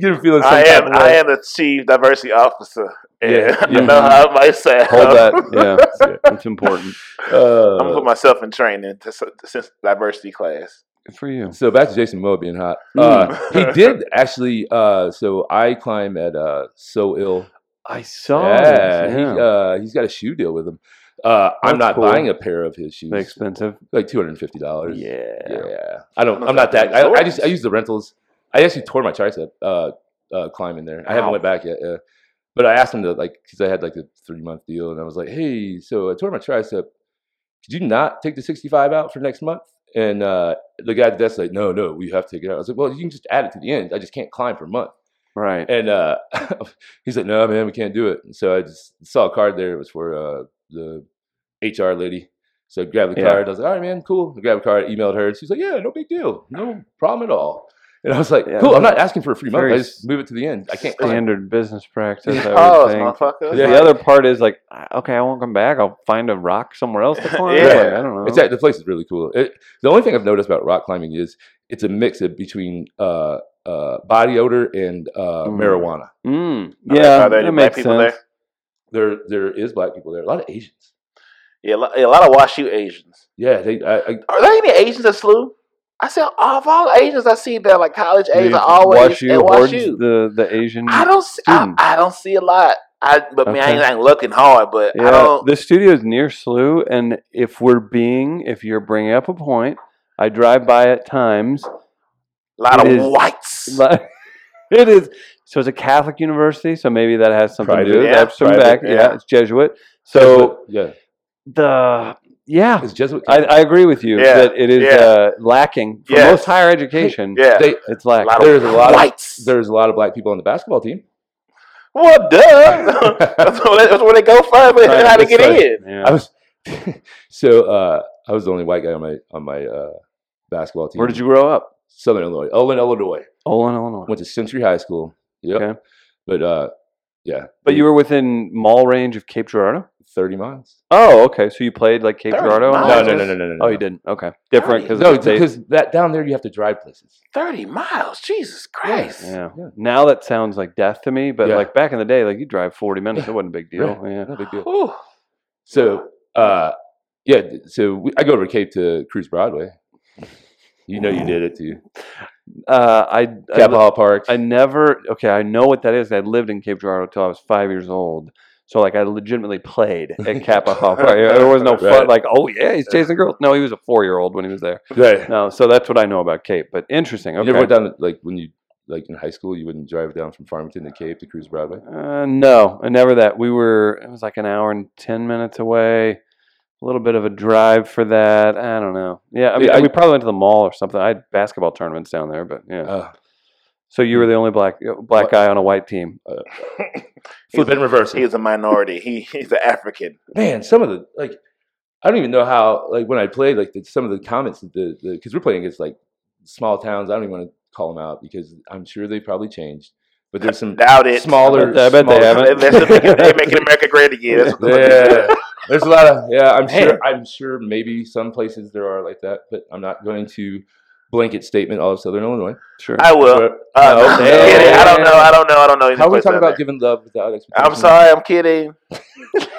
C: get a feeling. some
B: I
C: type
B: am
C: of
B: I
C: way.
B: am the chief diversity officer. And
C: Yeah,
B: I
C: yeah.
B: know how I might sound.
D: Hold that. Yeah, it's important
C: Uh,
B: I'm gonna put myself in training to, to, since diversity class.
D: Good for you.
C: So back to Jason Momoa being
B: Hmm.
C: hot. Uh, he did actually. Uh, so I climb at uh, So Ill
D: I saw.
C: yeah,
D: this,
C: He,
D: yeah.
C: uh, he's got a shoe deal with him. Uh, I'm
D: That's
C: not
D: cool.
C: buying a pair of his shoes.
D: They're expensive.
C: Like two hundred and fifty dollars.
D: Yeah.
C: yeah. I don't.
B: I'm
C: I'm
B: not
C: not
B: that
C: that. I, I
B: big.
C: just I use the rentals. I actually tore my tricep uh, uh, climbing there. I haven't
D: Ow.
C: went back yet. Yeah. But I asked him to like because I had like a three month deal, and I was like, hey, so I tore my tricep. Could you not take the sixty five out for next month? And uh, the guy at the desk like, no, no, we have to take it out. I was like, well, you can just add it to the end. I just can't climb for a month.
D: Right.
C: And uh, he's like, "No, man, we can't do it." And so I just saw a card there. It was for uh, the HR lady. So I grabbed the
D: Yeah.
C: card. I was like, "All right, man, cool." I grabbed a card, emailed her. She's like, "Yeah, no big deal, no problem at all." And I was like,
D: Yeah,
C: "Cool, I'm not asking for a free month.
D: very
C: I just move it to the end. I can't." climb."
D: Standard business practice. I would
B: Oh,
D: think.
B: motherfucker.
D: 'Cause
C: Yeah.
D: The other part is like, I- okay, I won't come back. I'll find a rock somewhere else to climb.
B: Yeah.
D: Like, I don't know.
C: It's at, the place is really cool. It, the only thing I've noticed about rock climbing is it's a mix of between uh, uh, body odor and uh,
D: Mm.
C: marijuana.
D: Mm,
B: Are there-
D: yeah,
B: are there
D: that
B: any
D: makes
B: black
D: sense.
B: people there?
C: There, there is black people there. A lot of Asians.
B: Yeah, a lot, a lot of WashU Asians.
C: Yeah, they. I, I,
B: Are there any Asians at SLU? I said, of all the Asians I see that like college age are always
D: Wash
B: at
D: you,
B: WashU.
D: hoards the the Asian.
B: I don't see. I,
D: Student.
B: I don't see a lot. I but man, I ain't,
D: Okay.
B: I ain't looking hard. But I
D: Yeah,
B: don't.
D: the studio is near SLU, and if we're being, if you're bringing up a point, I drive by at times.
B: A lot
D: it
B: of
D: is-
B: whites.
D: Like, it is so it's a Catholic university, so maybe that has something to do. with
B: Private.
D: it.
B: Yeah,
D: That's from
C: private,
D: back,
B: yeah.
D: yeah. it's Jesuit. So
C: yeah,
D: the yeah,
C: it's Jesuit.
D: I, I agree with you
B: Yeah,
D: that it is
B: yeah.
D: uh, lacking for
B: Yes.
D: most higher education.
B: yeah,
C: They-
D: It's
B: a
D: lacking.
B: lot
C: there's
B: of
C: a lot of-
B: whites.
C: there's a lot of black people on the basketball team.
B: well, duh. that's, where they, that's where they go first. But
C: Right,
B: how to
C: that's
B: get
C: right.
B: in?
D: Yeah.
C: I was so uh, I was the only white guy on my on my uh, basketball team.
D: Where did you grow up?
C: Southern Illinois, Olin, Illinois.
D: Olin, Illinois.
C: Went to Century High School. Yep.
D: Okay.
C: But uh, yeah,
D: But you were within mall range of Cape Girardeau.
C: thirty miles.
D: Oh, okay. So you played like Cape
B: Thirty
D: Girardeau?
B: miles.
C: No,
B: Oh,
D: and
C: no, no,
D: Texas?
C: no, no, no.
D: Oh, you didn't. Okay, different because
C: No, because that down there you have to drive places.
B: Thirty miles. Jesus Christ.
D: Yeah.
C: Yeah.
D: Now that sounds like death to me, but
C: Yeah.
D: like back in the day, like you drive 40 minutes, it wasn't a big deal.
C: Right.
D: Yeah.
C: No big deal.
B: Whew.
C: So uh, yeah, so we, I go over to Cape to cruise Broadway. You know you did it too.
D: Uh, I, I,
C: Capitol Hall Park.
D: I never, okay, I know what that is. I lived in Cape Girardeau until I was five years old. So like I legitimately played at Kappa Hall. Park. There was no fun,
C: Right.
D: like, oh yeah, he's chasing girls. No, he was a four year old when he was there.
C: Right.
D: No, so that's what I know about Cape, but interesting.
C: You never
D: Okay.
C: went down to, like when you like in high school, you wouldn't drive down from Farmington to Cape to cruise Broadway.
D: Uh, no, and never that. We were it was like an hour and ten minutes away. A little bit of a drive for that. I don't know. Yeah, I mean,
C: Yeah, I-
D: we probably went to the mall or something. I had basketball tournaments down there, but yeah.
C: Uh, hmm.
D: so you were the only black black
C: What?
D: guy on a white team.
C: flip and reverse. it.
B: He's a minority. He he's an African.
C: Man, some of the like, I don't even know how like when I played like the, some of the comments that the because we're playing against like small towns. I don't even want to call them out because I'm sure they probably changed. But there's some
B: Doubt it.
C: smaller.
D: I bet- I bet they
C: smaller-
D: haven't.
B: They- They're making, they're making America great again. That's what they're
C: yeah, there's a lot of yeah. I'm
B: Man.
C: sure. I'm sure maybe some places there are like that, but I'm not going to blanket statement all of Southern Illinois.
D: Sure.
B: I will. Uh,
C: No,
B: I'm
C: no.
B: kidding. I don't know. I don't know. I don't know. any
C: How are we
B: place
C: talking
B: down
C: about giving love without
B: there.
C: expectations?
B: I'm sorry. I'm kidding.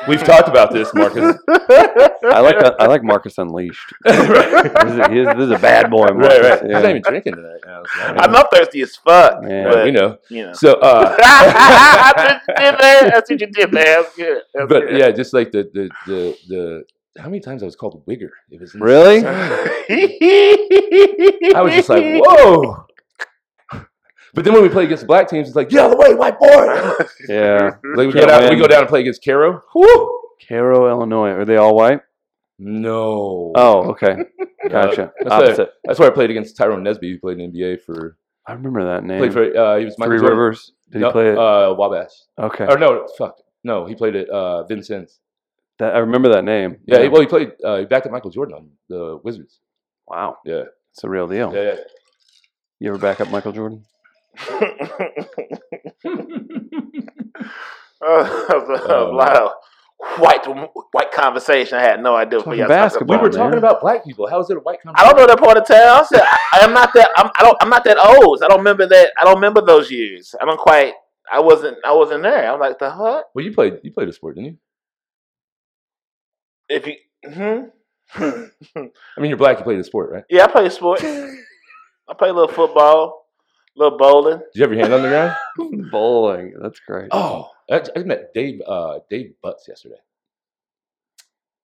C: We've talked about this, Marcus.
D: I like that. I like Marcus Unleashed.
C: right,
D: This is, he is- this is a bad boy. Marcus.
C: right. right. He's not
D: Yeah.
C: even drinking tonight. Yeah, so I don't
B: I'm
C: know.
B: not thirsty as fuck.
D: Yeah,
C: Right,
B: but,
C: we know.
B: you know.
C: So, uh,
B: I just did that. That's what you did, man. That's good. That's
C: but
B: good.
C: yeah, just like the the the, the how many times I was called Wigger? It was
D: Really?
C: I was just like, whoa. But then when we play against black teams, it's like, get out of the way, white boy.
D: Yeah.
C: Like we go
D: Can't
C: down, we
D: win.
C: go down and play against Caro. Woo!
D: Cairo, Illinois. Are they all white?
C: No.
D: Oh, okay.
C: No.
D: Gotcha.
C: That's why-
D: Opposite.
C: That's why I played against Tyrone Nesby, who played in the NBA for
D: I remember that name.
C: played for uh, he was Michael
D: Three
C: Jordan.
D: Rivers. Did
C: No,
D: he play it?
C: Uh, Wabash.
D: okay.
C: Or no, fuck. No, he played at uh, Vincennes.
D: That, I remember that name.
C: Yeah, He, well, he played. Uh, he backed up Michael Jordan on the Wizards.
D: Wow.
C: Yeah.
D: It's a real
B: Oh.
D: deal.
C: Yeah, yeah.
D: You ever back up Michael Jordan?
B: Oh,
C: Uh,
B: a lot of white white conversation. I had no idea what
D: Talking
B: y'all
C: We
D: basketball.
B: talking
C: were
B: about.
C: talking
D: man.
C: about black people. How is it a white
B: I don't know that part of town. I said I am not that. I'm, I don't. I'm not that old. I don't remember that. I don't remember those years. I don't quite. I wasn't. I wasn't there. I'm like the huh?
C: Well, you played. You played a sport, didn't you?
B: If you. Hmm?
C: I mean, you're black. You played a sport, right?
B: yeah, I play sports. I play a little football. little bowling.
C: Did you have your hand on the ground?
D: Bowling. That's great.
C: Oh, I, I met Dave uh, Dave Butts yesterday.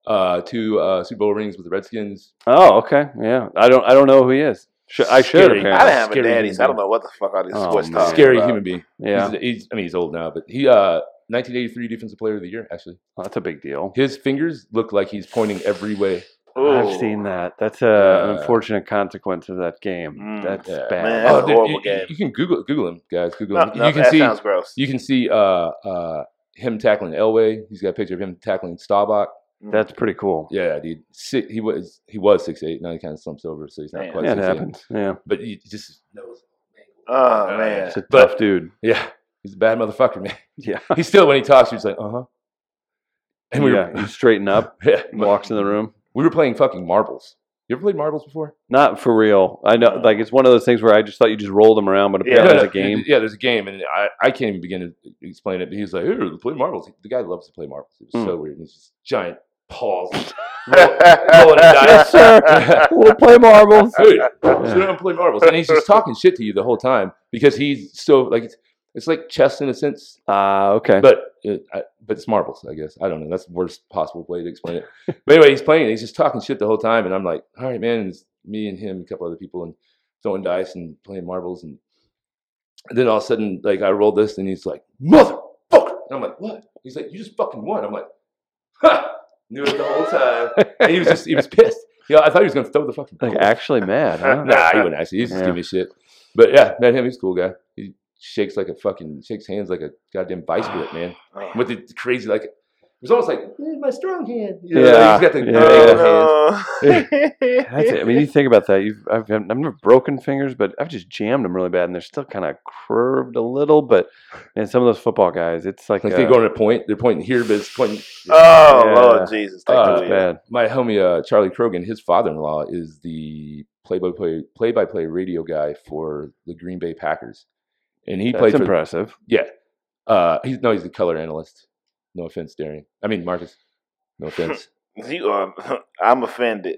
C: Uh, two uh, Super Bowl rings with the Redskins.
D: Oh, okay. Yeah. I don't I don't know who he is. Sh- I should
C: Scary.
D: apparently.
B: I didn't have a
C: Scary
B: daddy, so I
C: human
B: don't know what the fuck all this
D: Oh,
B: Swiss
D: man.
B: talk.
C: Scary
B: about.
C: human being.
D: Yeah.
C: He's, he's, I mean, he's old now, but he uh, 1983 Defensive Player of the Year. Actually,
D: Well, that's a big deal.
C: his fingers look like he's pointing every way.
B: Ooh.
D: I've seen that. That's a, an
C: Yeah.
D: unfortunate consequence of that game.
B: Mm,
D: that's
C: yeah.
D: bad.
B: Man, that's a
C: Oh, dude,
B: horrible
C: you, you-
B: game.
C: You can Google Google him, guys. Google
B: No,
C: him.
B: no,
C: you can
B: that
C: see
B: sounds gross.
C: you can see uh, uh, him tackling Elway. He's got a picture of him tackling Staubach.
B: Mm.
D: That's pretty cool.
C: Yeah, dude. Si he was he was six eight. Now he kind of slumps over, so he's not
B: Man.
C: quite.
D: Yeah, it
C: 6'8".
D: happens. Yeah.
C: But he just knows.
B: oh
C: Uh,
B: man,
D: It's a
C: But-
D: tough dude.
C: Yeah, he's a bad motherfucker, man.
D: Yeah.
C: He still when he talks, he's like, uh huh. And we
D: yeah.
C: were
D: You straighten up,
C: yeah,
D: walks in the room.
C: we were playing fucking marbles. You ever played marbles before?
D: Not for real. I know, like, it's one of those things where I just thought you just rolled them around, but
B: Yeah,
D: apparently
C: no,
D: it's a
C: no,
D: game.
C: Yeah, there's a game, and I, I can't even begin to explain it. But he was like, "Hey, play marbles." The guy loves to play marbles. It
D: Hmm.
C: was so weird. He's just giant paws. rolling the dice.
D: yes, sir. we'll play marbles.
C: hey, sit down and play marbles. And he's just talking shit to you the whole time because he's so like it's, it's like chess in a sense,
D: Ah, okay.
C: but it, I, but it's marbles, I guess. I don't know. That's the worst possible way to explain it. But anyway, he's playing. He's just talking shit the whole time, and I'm like, all right, man. And it's me and him, and a couple other people, and throwing dice and playing marbles, and, and then all of a sudden, like I rolled this, and he's like, motherfucker, and I'm like, what? He's like, you just fucking won. I'm like, ha, knew it the whole time. And he was just he was pissed. Yeah, I thought he was gonna throw the fucking.
D: like,
C: ball.
D: actually mad, huh?
C: Nah, he wouldn't actually. He's just
D: Yeah.
C: giving me shit. But yeah, met him. He's a cool guy. He shakes like a fucking shakes hands like a goddamn vice grip, man.
B: Oh.
C: With the crazy like it was almost like "Eh, my strong hand. You know,
D: Yeah,
C: he's got the
D: yeah.
C: big old hands.
B: Oh,
D: That's it. I mean, you think about that. You've, I've, I've never broken fingers, but I've just jammed them really bad, and they're still kind of curved a little. But and some of those football guys, it's like,
C: Like
D: uh,
C: they're going to point, they're pointing here, but it's pointing.
B: oh
D: Yeah.
B: Lord Jesus, thank
C: Uh,
B: you.
D: it's bad.
C: My homie uh, Charlie Krogan, his father-in-law is the play-by-play play-by-play radio guy for the Green Bay Packers, and he
D: That's
C: played for
D: impressive.
C: Yeah. Uh, he's no, he's the color analyst. No offense, Darian. I mean, Marcus. No offense.
B: You are, um, I'm offended.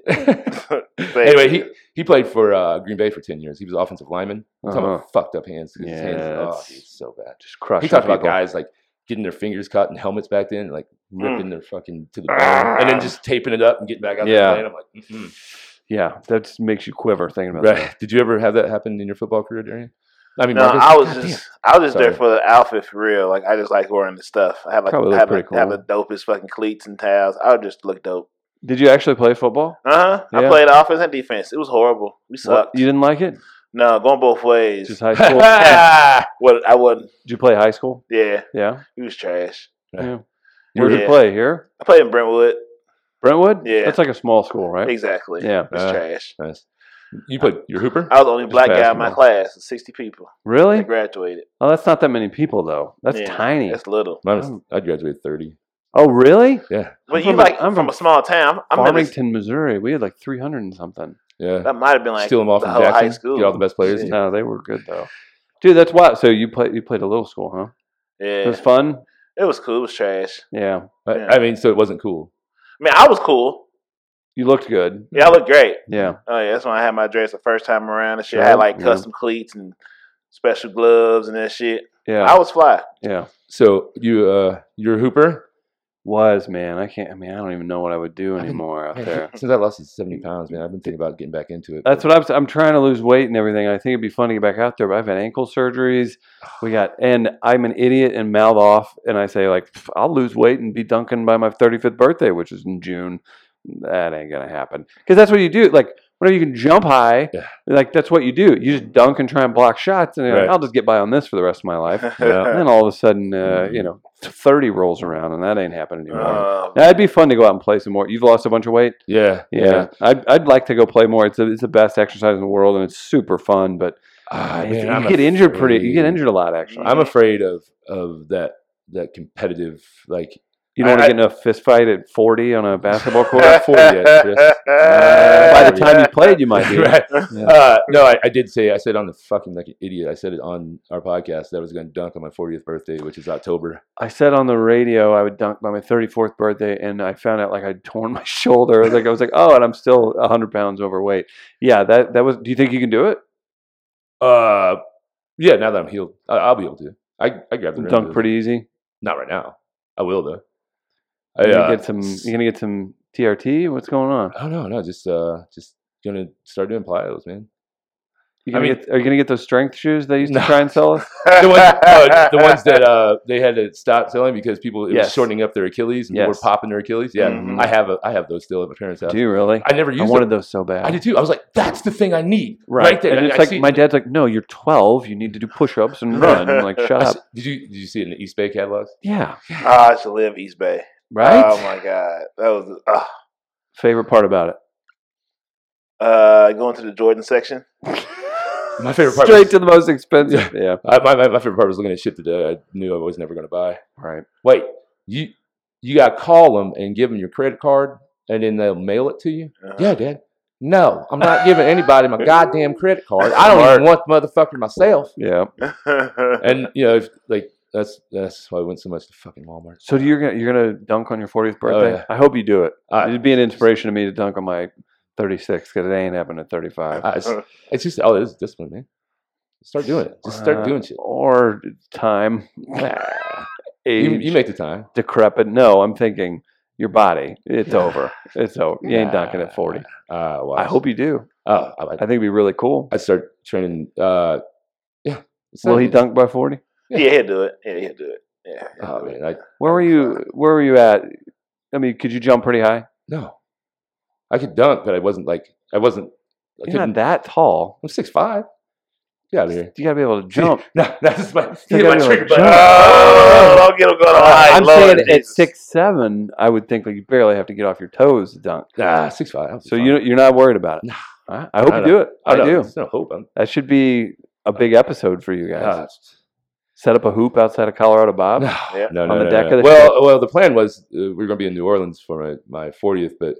C: anyway, he, he played for uh, Green Bay for ten years. He was offensive lineman. I'm talking
D: Uh-huh.
C: about fucked up hands. 'cause his hands,
D: Yeah,
C: oh,
D: that's-
C: dude, it's so bad.
D: Just crushing.
C: He talked about
D: people.
C: guys like getting their fingers caught in helmets back then, like
B: Hmm.
C: ripping their fucking to the bone,
B: Ah.
C: and then just taping it up and getting back out
D: Yeah.
C: there. And I'm like, mm
D: Yeah, that just makes you quiver thinking about that.
C: right. Did you ever have that happen in your football career, Darian? I mean,
B: no,
C: Marcus?
B: I was
C: God
B: just, I was just there
C: Sorry.
B: for the outfit for real. Like I just like wearing the stuff. I have like,
D: Probably
B: I
D: look
B: have,
D: pretty
B: like have
D: cool.
B: the dopest fucking cleats and towels. I would just look dope.
D: Did you actually play football?
B: Uh huh.
D: Yeah.
B: I played offense and defense. It was horrible. We
D: What?
B: sucked.
D: You didn't like it?
B: No, going both ways.
D: Just high
C: damn.
D: school? Did
B: What I wasn't.
D: you play high school?
B: Yeah,
D: Yeah.
B: he was trash.
D: yeah.
C: Yeah.
D: Where did you
B: Yeah.
D: play? Here,
B: I played in Brentwood.
D: Brentwood.
B: Yeah.
D: that's like a small school, right?
B: Exactly.
D: Yeah.
B: It was
C: Uh,
B: trash.
C: Nice. You played. You're a Hooper.
B: I was the only
D: Just
B: black guy in my
D: basketball.
B: class. Sixty people. I
D: Really?
B: graduated.
D: Oh, that's not that many people though. That's
B: Yeah,
D: tiny.
B: That's little.
C: Mine was-
D: Oh.
C: I graduated thirty.
D: oh, really?
C: Yeah,
B: But
D: I'm
B: you
D: from a-
B: like
D: I'm
B: I'm
D: from
B: from a small town. I'm in this,
D: Farmington, Missouri. We had like 300 and something.
C: yeah.
B: that might have been like
C: Steal them off
B: the
C: from
B: whole
C: Jackson.
B: high school.
C: Get all the best players.
B: Shit.
D: No, uh, they were good though. Dude, that's why. So you played you played a little school, huh? It was
B: Yeah,
D: fun.
B: it was cool. It was trash.
D: Yeah,
C: I,
B: Yeah.
C: I mean, so it wasn't cool.
B: I mean, I was cool.
D: you looked good.
B: Yeah, I looked great.
D: Yeah,
B: Oh yeah, that's when I had my dress the first time around and shit.
D: Sure,
B: I had like
D: yeah.
B: custom cleats and special gloves and that shit.
D: yeah,
B: I was fly.
D: yeah.
C: So you, uh, you're a hooper.
D: Was man, I can't. I mean, I don't even know what I would do
C: I think-
D: anymore out
C: Man,
D: there.
C: Since I lost these seventy pounds, man, I've been thinking about getting back into it.
D: That's what I'm. I'm trying to lose weight and everything. I think it'd be fun to get back out there. But I've had ankle surgeries. We got, and I'm an idiot and mouth off, and I say like, "Pff, I'll lose weight and be Duncan by my 35th birthday, which is in June. That ain't gonna happen because that's what you do. Like whenever you can jump high,
C: Yeah.
D: like that's what you do. You just dunk and try and block shots, and you're like,
C: Right.
D: I'll just get by on this for the rest of my life. And
C: Yeah.
D: then all of a sudden, uh,
C: Mm-hmm.
D: you know, 30 rolls around, and that ain't happening anymore.
C: Uh.
B: Um,
D: now, it'd be fun to go out and play some more. You've lost a bunch of weight.
C: Yeah,
D: Yeah, I'd, I'd like to go play more. It's, a, it's the best exercise in the world, and it's super fun. But
C: Ah,
D: I-
C: man,
D: you
C: I'm
D: get injured pretty. You
C: afraid.
D: get injured a lot, actually.
C: I'm afraid of of that that competitive like.
D: You don't want
C: I-
D: to get in a fist fight at 40 on a basketball court.
C: Not 40 yet, Chris.
D: Uh, By the
C: yeah.
D: time you played, you might be.
C: Right.
D: Yeah.
C: Uh, no, I, I did say I said on the fucking like an idiot. I said it on our podcast that I was going to dunk on my 40th birthday, which is October.
D: I said on the radio I would dunk by my 34th birthday, and I found out like I'd torn my shoulder. Like I was like, oh, and I'm still 100 pounds overweight. Yeah, that that was. Do you think you can do it?
C: Uh, Yeah, now that I'm healed, I, I'll be able to. I I grab the rim.
D: Dunk pretty easy.
C: Not right now. I will though.
D: You're
C: I,
D: gonna
C: uh,
D: get some. You're gonna get some TRT. What's going on?
C: Oh no, no, just uh, just gonna start doing plyos, man.
D: You
C: I
D: gonna
C: mean-
D: get, are you gonna get those strength shoes they used
C: No.
D: to try and sell us?
C: the, ones, uh, the ones that uh, they had to stop selling because people it
D: Yes.
C: was shortening up their Achilles and people
D: Yes.
C: were popping their Achilles. Yeah,
B: Mhm.
C: I have a, I have those still at my parents' house.
D: Do you really?
C: I
D: I,
C: never used them.
D: wanted those so bad.
C: I did too. I was like, that's the thing I need right, there.
D: And
C: I-
D: it's
C: I
D: like
C: see-
D: my dad's like, no, you're 12. You need to do push-ups and run. I'm like, shut
C: I
D: up.
C: see- did you did you see it in the East Bay catalogs?
D: Yeah.
B: Ah, I should live East Bay.
D: Right.
C: Um,
B: Oh my god, that was ah.
D: Favorite part about it.
B: uh, going to the Jordan section.
C: My favorite part.
D: Straight
C: was,
D: to the most expensive. Yeah.
C: I, my, my my favorite part was looking at shit today. I knew I was never going to buy.
D: Right.
C: Wait, you you got to call them and give them your credit card, and then they'll mail it to you.
B: Uh-huh.
C: Yeah, Dad. No, I'm not giving anybody my goddamn credit card. I don't even want the motherfucker myself.
D: Yeah.
B: Uh-huh.
C: And you know, if, like that's that's why I went so much to fucking Walmart.
D: So do you're gonna you're gonna dunk on your 40th birthday.
C: Oh, yeah.
D: I hope you do it.
C: I-
D: It'd be an inspiration to me to dunk on my 36 because it ain't happening at 35.
C: I, it's,
D: Uh-huh.
C: it's just all it is discipline, man. Start doing it. Just start
D: Uh,
C: doing shit.
D: Or time, age,
C: You, you make the time.
D: decrepit. No, I'm thinking your body. It's over. It's over. You ain't dunking
C: Nah.
D: at 40.
C: Uh, well,
D: I hope you do.
C: Oh, I,
D: I
C: I,
D: think it'd be really cool.
C: I start training. Uh, yeah. It's
D: Will
C: not-
D: he dunk by 40?
B: yeah, he'll do it. Yeah, he'll do it. Yeah. he'll
C: Oh
B: do it.
C: man, I,
D: Where were
C: Uh,
D: you? Where were you at? I mean, could you jump pretty high?
C: no. I could dunk, but I wasn't like I wasn't. I
D: You're
C: couldn't.
D: not that tall.
C: I'm six five. Get out of here.
D: You got to be able to jump.
C: No, that's my,
D: You
C: my
D: gotta be
C: trigger
D: like,
C: button.
D: jump.
B: Oh, don't get him going high.
D: I'm
B: Lord
D: saying at
B: Jesus.
D: six seven, I would think like you barely have to get off your toes to dunk.
C: Nah, six five.
D: So you you're not worried about it.
C: No.
D: All right. I hope
C: I
D: you
C: know.
D: do it. I,
C: Oh, no,
D: do.
C: There's no hope. I'm.
D: That should be a big episode for you guys.
C: Uh,
D: Set up a hoop outside of Colorado Bob.
C: no,
B: Yeah.
C: no,
D: On
C: no,
D: the
C: no,
D: deck
C: no.
D: of the
C: well, well, the plan was uh, we were going to be in New Orleans for my, my 40th, but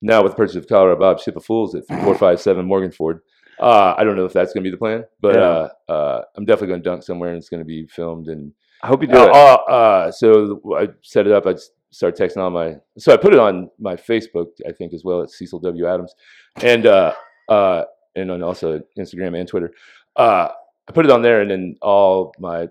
C: now with the purchase of Colorado Bob Ship of Fools at 457 Morgan Ford, uh, I don't know if that's going to be the plan, but
D: Yeah.
C: uh, uh, I'm definitely going to dunk somewhere and it's going to be filmed and
D: I hope you do
C: Uh,
D: it.
C: uh, uh, so I set it up. I just started texting on my. So I put it on my Facebook, I think, as well at Cecil W. Adams, and uh, uh, and on also Instagram and Twitter. Uh, I put it on there, and then all my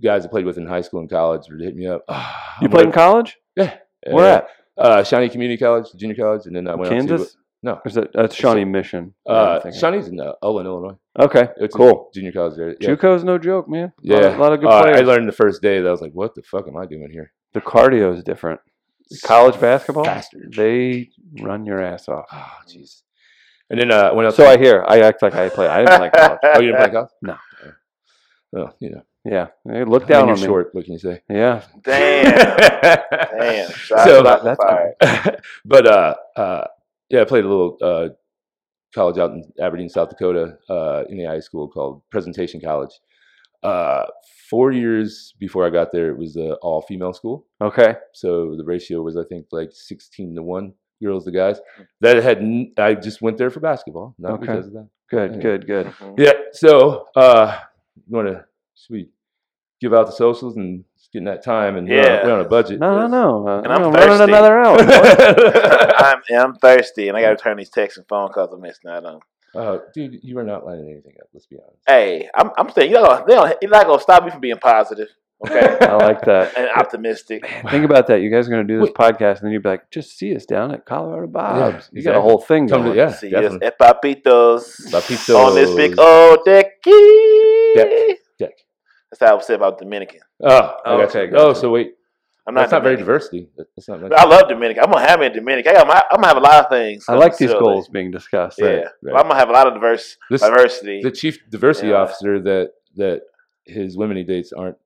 C: guys I played with in high school and college would hit me up. "Ah,
D: you
C: I'm
D: played in
C: gonna-
D: college?
C: uh,
D: Where at?
C: Uh, Shawnee Community College, junior college, and then I went out
D: Kansas?
C: no.
D: Or is that, that's Shawnee Mission.
C: to
D: I'm
C: uh,
D: thinking.
C: Shawnee's in uh, Olin, Illinois.
D: okay.
C: It's a
D: Cool.
C: junior college there. Yeah.
D: Juco's no joke, man.
C: Yeah,
D: A lot of, lot of good
C: Uh, I
D: players.
C: learned the first day that I was like, "What the fuck am I doing here?"
D: the cardio is different. College basketball,
C: Bastard.
D: they run your ass off.
C: Oh, jeez. And then uh, when I was
D: Mm. So I hear. I act like I play. I didn't like college.
C: oh, you didn't play golf?
D: No.
C: Well, you know,
D: Yeah, they look
C: down
D: down
C: you're
D: on me.
C: short. What can you say?
D: Yeah,
B: Damn. Damn.
C: So,
B: so
C: that-
D: that's
B: fire.
C: but uh, uh, yeah, I played a little uh, college out in Aberdeen, South Dakota, uh, in the high school called Presentation College. Uh, four years before I got there, it was an all female school.
D: okay.
C: So the ratio was, I think, like 16 to 1 girls to guys. That had, n- I just went there for basketball, not
D: Hmm. Okay.
C: because of that.
D: Good,
C: Yeah.
D: good, good.
B: Mm-hmm.
C: Yeah. So, uh, you want to sweet give out the socials and just getting that time and we're, on,
B: Yeah.
C: we're on a budget.
D: No, no, no. Uh,
B: And I'm
D: I'm running
B: thirsty.
D: another hour.
B: I'm, and I'm thirsty, and I gotta turn these texts and phone calls I'm missing out on.
C: uh, dude, you are not lining anything up. Let's be honest.
B: Hey, I'm, I'm saying you're not, gonna, they don't, you're not gonna stop me from being positive, okay,
D: I like that.
B: and optimistic.
D: Think about that. You guys are going to do this
C: Wait.
D: podcast, and then you'd be like, "Just see us down at Colorado Bob's." you got a
C: exactly.
D: whole thing
C: Come
D: going.
C: to, yeah,
B: See yes,
C: definitely.
B: at Papitos
C: Papitos.
B: on this big old decky.
C: Deck. Deck.
B: That's how I say about Dominican.
C: Oh, I got
D: Okay,
C: you.
D: gotcha.
C: Oh, so wait,
B: I'm not
C: that's not very
B: Dominican.
C: diversity. That- That's not much.
B: I love Dominican. I'm gonna have me in Dominican. I got my, I'm gonna have a lot of things.
D: I like these
B: Facility.
D: goals being discussed.
B: Yeah,
C: Right, right.
B: I'm gonna have a lot of diverse
C: This,
B: diversity.
C: the chief diversity
B: Yeah.
C: officer that that his women he dates aren't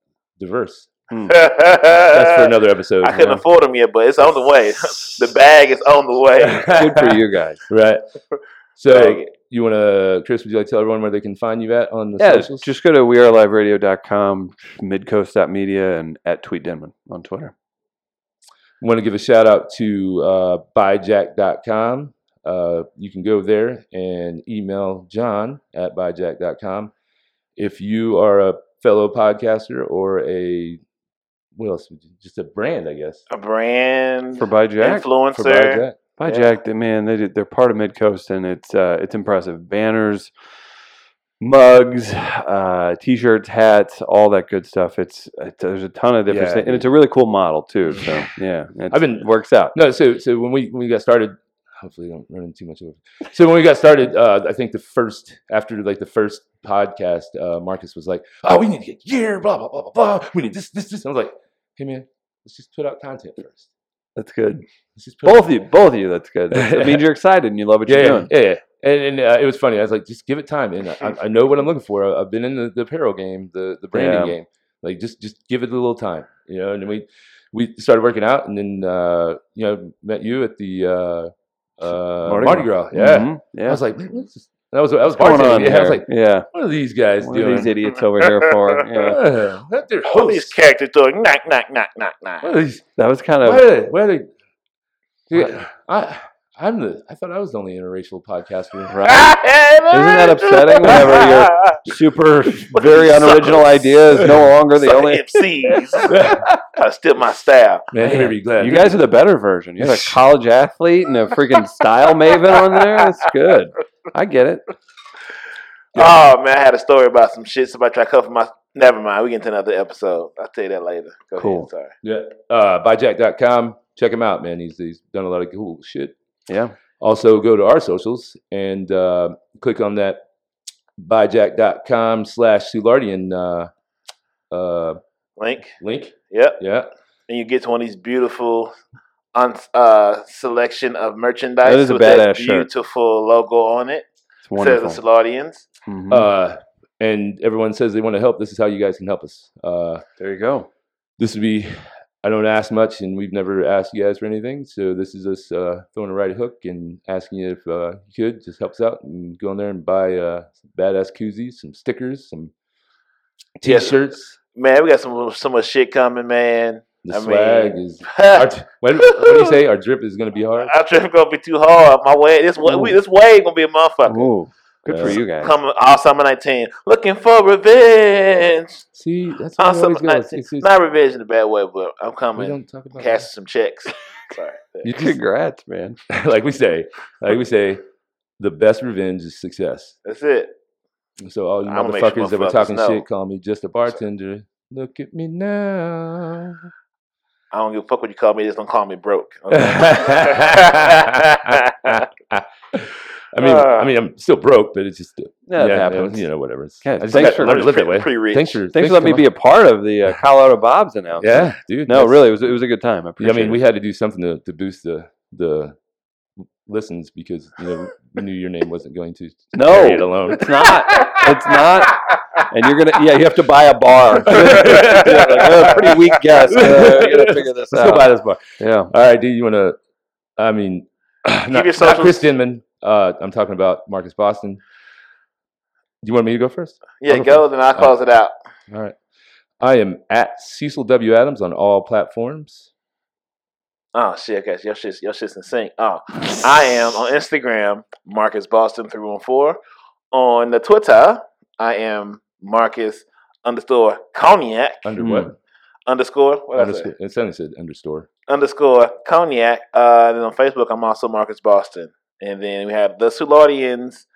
C: diverse. That's
B: That's
D: Uh,
C: for another episode.
B: I
C: you
B: couldn't
C: know?
B: afford them yet, but it's on the way. the bag is on the way.
D: Good for you guys.
C: right.
B: Bag
C: So
B: it.
C: you want to, Chris? Would you like to tell everyone where they can find you at on the
D: Yeah,
C: socials?
D: just go to weareliveradio.com, midcoast.media, and at Tweet Denman on Twitter.
C: want to give a shout out to uh, buyjack.com. Uh, you can go there and email John at buyjack.com. If you are a fellow podcaster or a, what else? would you- Just a brand, I guess.
B: A brand
D: For By Jack.
C: For
B: influencer.
C: BuyJack.
D: By
B: Yeah.
D: Jack, they- man, they did, they're part of Midcoast, and it's uh, it's impressive. Banners, mugs, uh, t-shirts, hats, all that good stuff. It's, it's there's a ton of different
C: Yeah,
D: things, and
C: dude.
D: it's a really cool model too. So yeah, it's-
C: I've been-
D: it works out.
C: No, so so when we when we got started, hopefully I don't run into too much over. So when we got started, uh, I think the first after like the first podcast, uh, Marcus was like, "Oh, we need to get gear, blah blah blah blah blah. We need this this this." I was like, "Hey man, let's just put out content first.
D: That's good.
C: Let's just put
D: Both
C: out-
D: of you, both of you. That's good. That's- It means you're excited and you love what
C: yeah,
D: you're
C: yeah,
D: doing.
C: yeah, yeah. And, and uh, it was funny. I was like, just give it time. And I, I know what I'm looking for. I- I've been in the, the apparel game, the, the branding
D: Yeah.
C: game. Like, just just give it a little time, you know. And then we we started working out, and then uh, you know met you at the uh, uh, Mardi,
D: Mardi
C: Gras. Yeah,
D: Mhm. yeah.
C: I was like, "Man, what's this? That was I was
D: What's going
C: bartending.
D: on
C: Yeah, I was
D: here?
C: like,
D: yeah.
C: what are these guys
D: What are
C: doing?
D: these idiots over here for? Yeah.
C: Uh, what are
B: What are these characters doing? Knock, knock, knock, knock,
C: What
B: knock.
C: are these?
D: That was kind
C: Why
D: of
C: are they? Why are they? Dude, I I'm the. I thought I was the only interracial podcast. we-
D: right. Isn't that upsetting whenever you're- super, very unoriginal ideas. No longer the
B: Suck
D: only.
B: MCs. I still my style.
C: Man, you're gonna be glad.
D: You guys are the better version. You're a college athlete and a freaking style maven on there. That's good. I get it.
B: Oh man, I had a story about some shit. Somebody tried to cover my. Never mind. We get into another episode. I'll tell you that later. Go
D: Cool.
B: Ahead, sorry.
C: Yeah. Uh, buyjack.com. Check him out, man. He's, he's done a lot of cool shit.
D: Yeah.
C: Also, go to our socials and uh, click on that buyjack.com slash Sulardian uh, uh,
B: Link.
C: link.
B: Yep.
C: Yeah.
B: And you get to one of these beautiful un- uh, selection of merchandise.
D: That is a
B: with that
D: badass shirt.
B: Beautiful logo on it.
D: It's
B: Says the
D: wonderful.
B: Saladians.
D: Mhm.
C: Uh, and everyone says they want to help. This is how you guys can help us. Uh,
D: there you go.
C: this would be, I don't ask much, and we've never asked you guys for anything. So this is us uh, throwing a right hook and asking you if uh, you could just help us out and go in there and buy uh, some badass koozies, some stickers, some
B: Yeah.
C: t-shirts.
B: Man, we got some so much shit coming, man.
C: The
B: I mean-
C: swag is. Our,
B: Our
C: what, what do you say? Our drip is going to be hard.
B: trip gonna be too hard. My way, this wa- we, this wave gonna be a motherfucker.
D: Ooh, good for
C: Yeah.
D: you guys.
B: Coming all summer nineteen, looking for revenge.
C: See, that's how
B: All
C: it
B: summer
C: always
B: nineteen,
C: goes. It's, it's,
B: not revenge in a bad way, but I'm
C: we
B: coming,
C: don't talk about
B: cashing some checks. Sorry.
C: You just,
D: Congrats, man.
C: like we say, like we say, the best revenge is success.
B: That's it.
C: So all you
B: I'ma make sure
C: motherfuckers that were
B: motherfuckers
C: talking
B: know.
C: shit, call me just a bartender. Look at me now.
B: I don't give a fuck what you call me. Just don't call me broke. Okay?
C: I mean, I mean, I'm still broke, but it's just uh,
D: Yeah, that
C: yeah,
D: happens.
C: You know, whatever. It's,
D: Yeah,
C: I just
D: thanks
C: gotta
D: for-
C: learn to live that way.
B: Pre-reach.
C: Thanks for
D: Thanks for letting me be a part of the uh, Colorado Bob's announcement.
C: Yeah, dude.
D: No,
C: that's-
D: really, it was, it was a good time.
C: Yeah,
D: I
C: I
D: appreciate
C: mean, we
D: it.
C: had to do something to, to boost the the listens because you know we knew your name wasn't going to carry it
D: No,
C: alone.
D: it's not. It's not. And you're gonna, yeah, you have to buy a bar. yeah, like, uh, pretty weak guess. Uh, we gotta figure this
C: Let's go
D: out.
C: buy this bar.
D: Yeah,
C: All right, dude. You want to? I mean, not,
B: your
C: not
B: socials.
C: Chris Denman. Uh, I'm talking about Marcus Boston. You want me to go first?
B: Yeah, go. Then
C: Uh,
B: I'll close it out.
C: All right. I am at Cecil W. Adams on all platforms.
B: Oh shit, guys, your shit's your shit's in sync. Oh, I am on Instagram, Marcus Boston three one four. On the Twitter, I am Marcus underscore cognac
C: Under
D: Hmm.
C: what?
B: underscore what I say?
C: Underscore. It sounded said understore.
B: underscore cognac. Uh, and then on Facebook, I'm also Marcus Boston. And then we have the Sulardians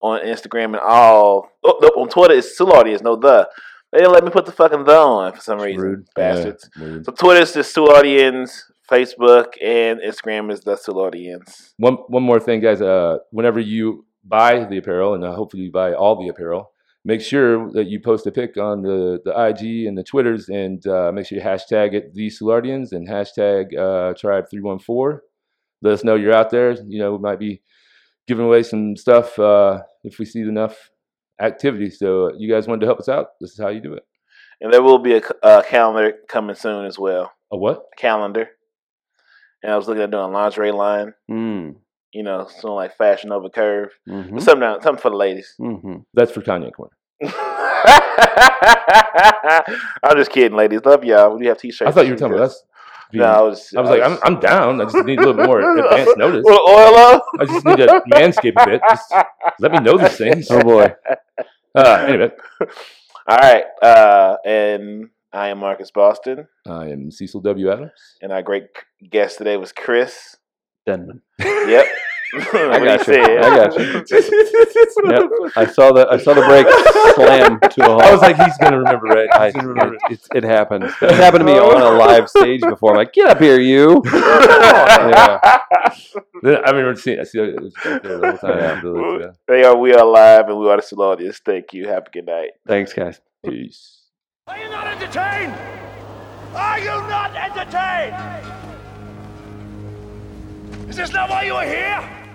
B: on Instagram and all. Oh, no, on Twitter, it's Sulardians, no the. They didn't let me put the fucking the on for some reason, bastards.
C: Yeah, rude.
B: So Twitter's the Sulardians, Facebook and Instagram is the Sulardians.
C: One one more thing, guys. Uh, whenever you buy the apparel, and uh, hopefully you buy all the apparel, make sure that you post a pic on the, the IG and the Twitters, and uh, make sure you hashtag it the Solardians and hashtag uh, Tribe three one four. Let us know you're out there. You know we might be giving away some stuff uh, if we see enough activity. So uh, you guys wanted to help us out. This is how you do it.
B: And there will be a, c- a calendar coming soon as well.
C: A what?
B: Calendar. And I was looking at doing a lingerie line,
D: Mm,
B: you know, something like fashion over curve.
C: Hmm?
D: mhm,
B: Something, down- something for the ladies.
D: mhm.
C: That's for Kanye Corner.
B: I'm just kidding, ladies. Love y'all. We do have t-shirts.
C: I thought you were talking about us.
B: No, I was.
C: I was like, I'm, I'm down. I just need a little more advance notice.
B: Well, oil up.
C: I just need to manscape a bit. Just let me know these things.
D: Oh boy.
C: Uh, anyway,
B: All right, uh, and I am Marcus Boston,
C: I am Cecil W. Adams.
B: and our great guest today was Chris.
D: Denman.
B: Yep,
D: I got you.
B: Said.
D: I got you. Yep. I saw the I saw the brake slam to a halt.
C: I was like, he's gonna remember it.
D: I,
C: He's gonna remember
D: it, it, it happens. It happened to me on a live stage before. I'm like, get up here, you.
B: yeah.
C: it. I remember seeing. I see it was right there the whole time. Yeah.
B: They are. We are live, and we are the Salaudians. Thank you. Have a good night.
D: Thanks, guys.
C: Peace.
E: Are you not entertained? Are you not entertained? Is this not why you are here?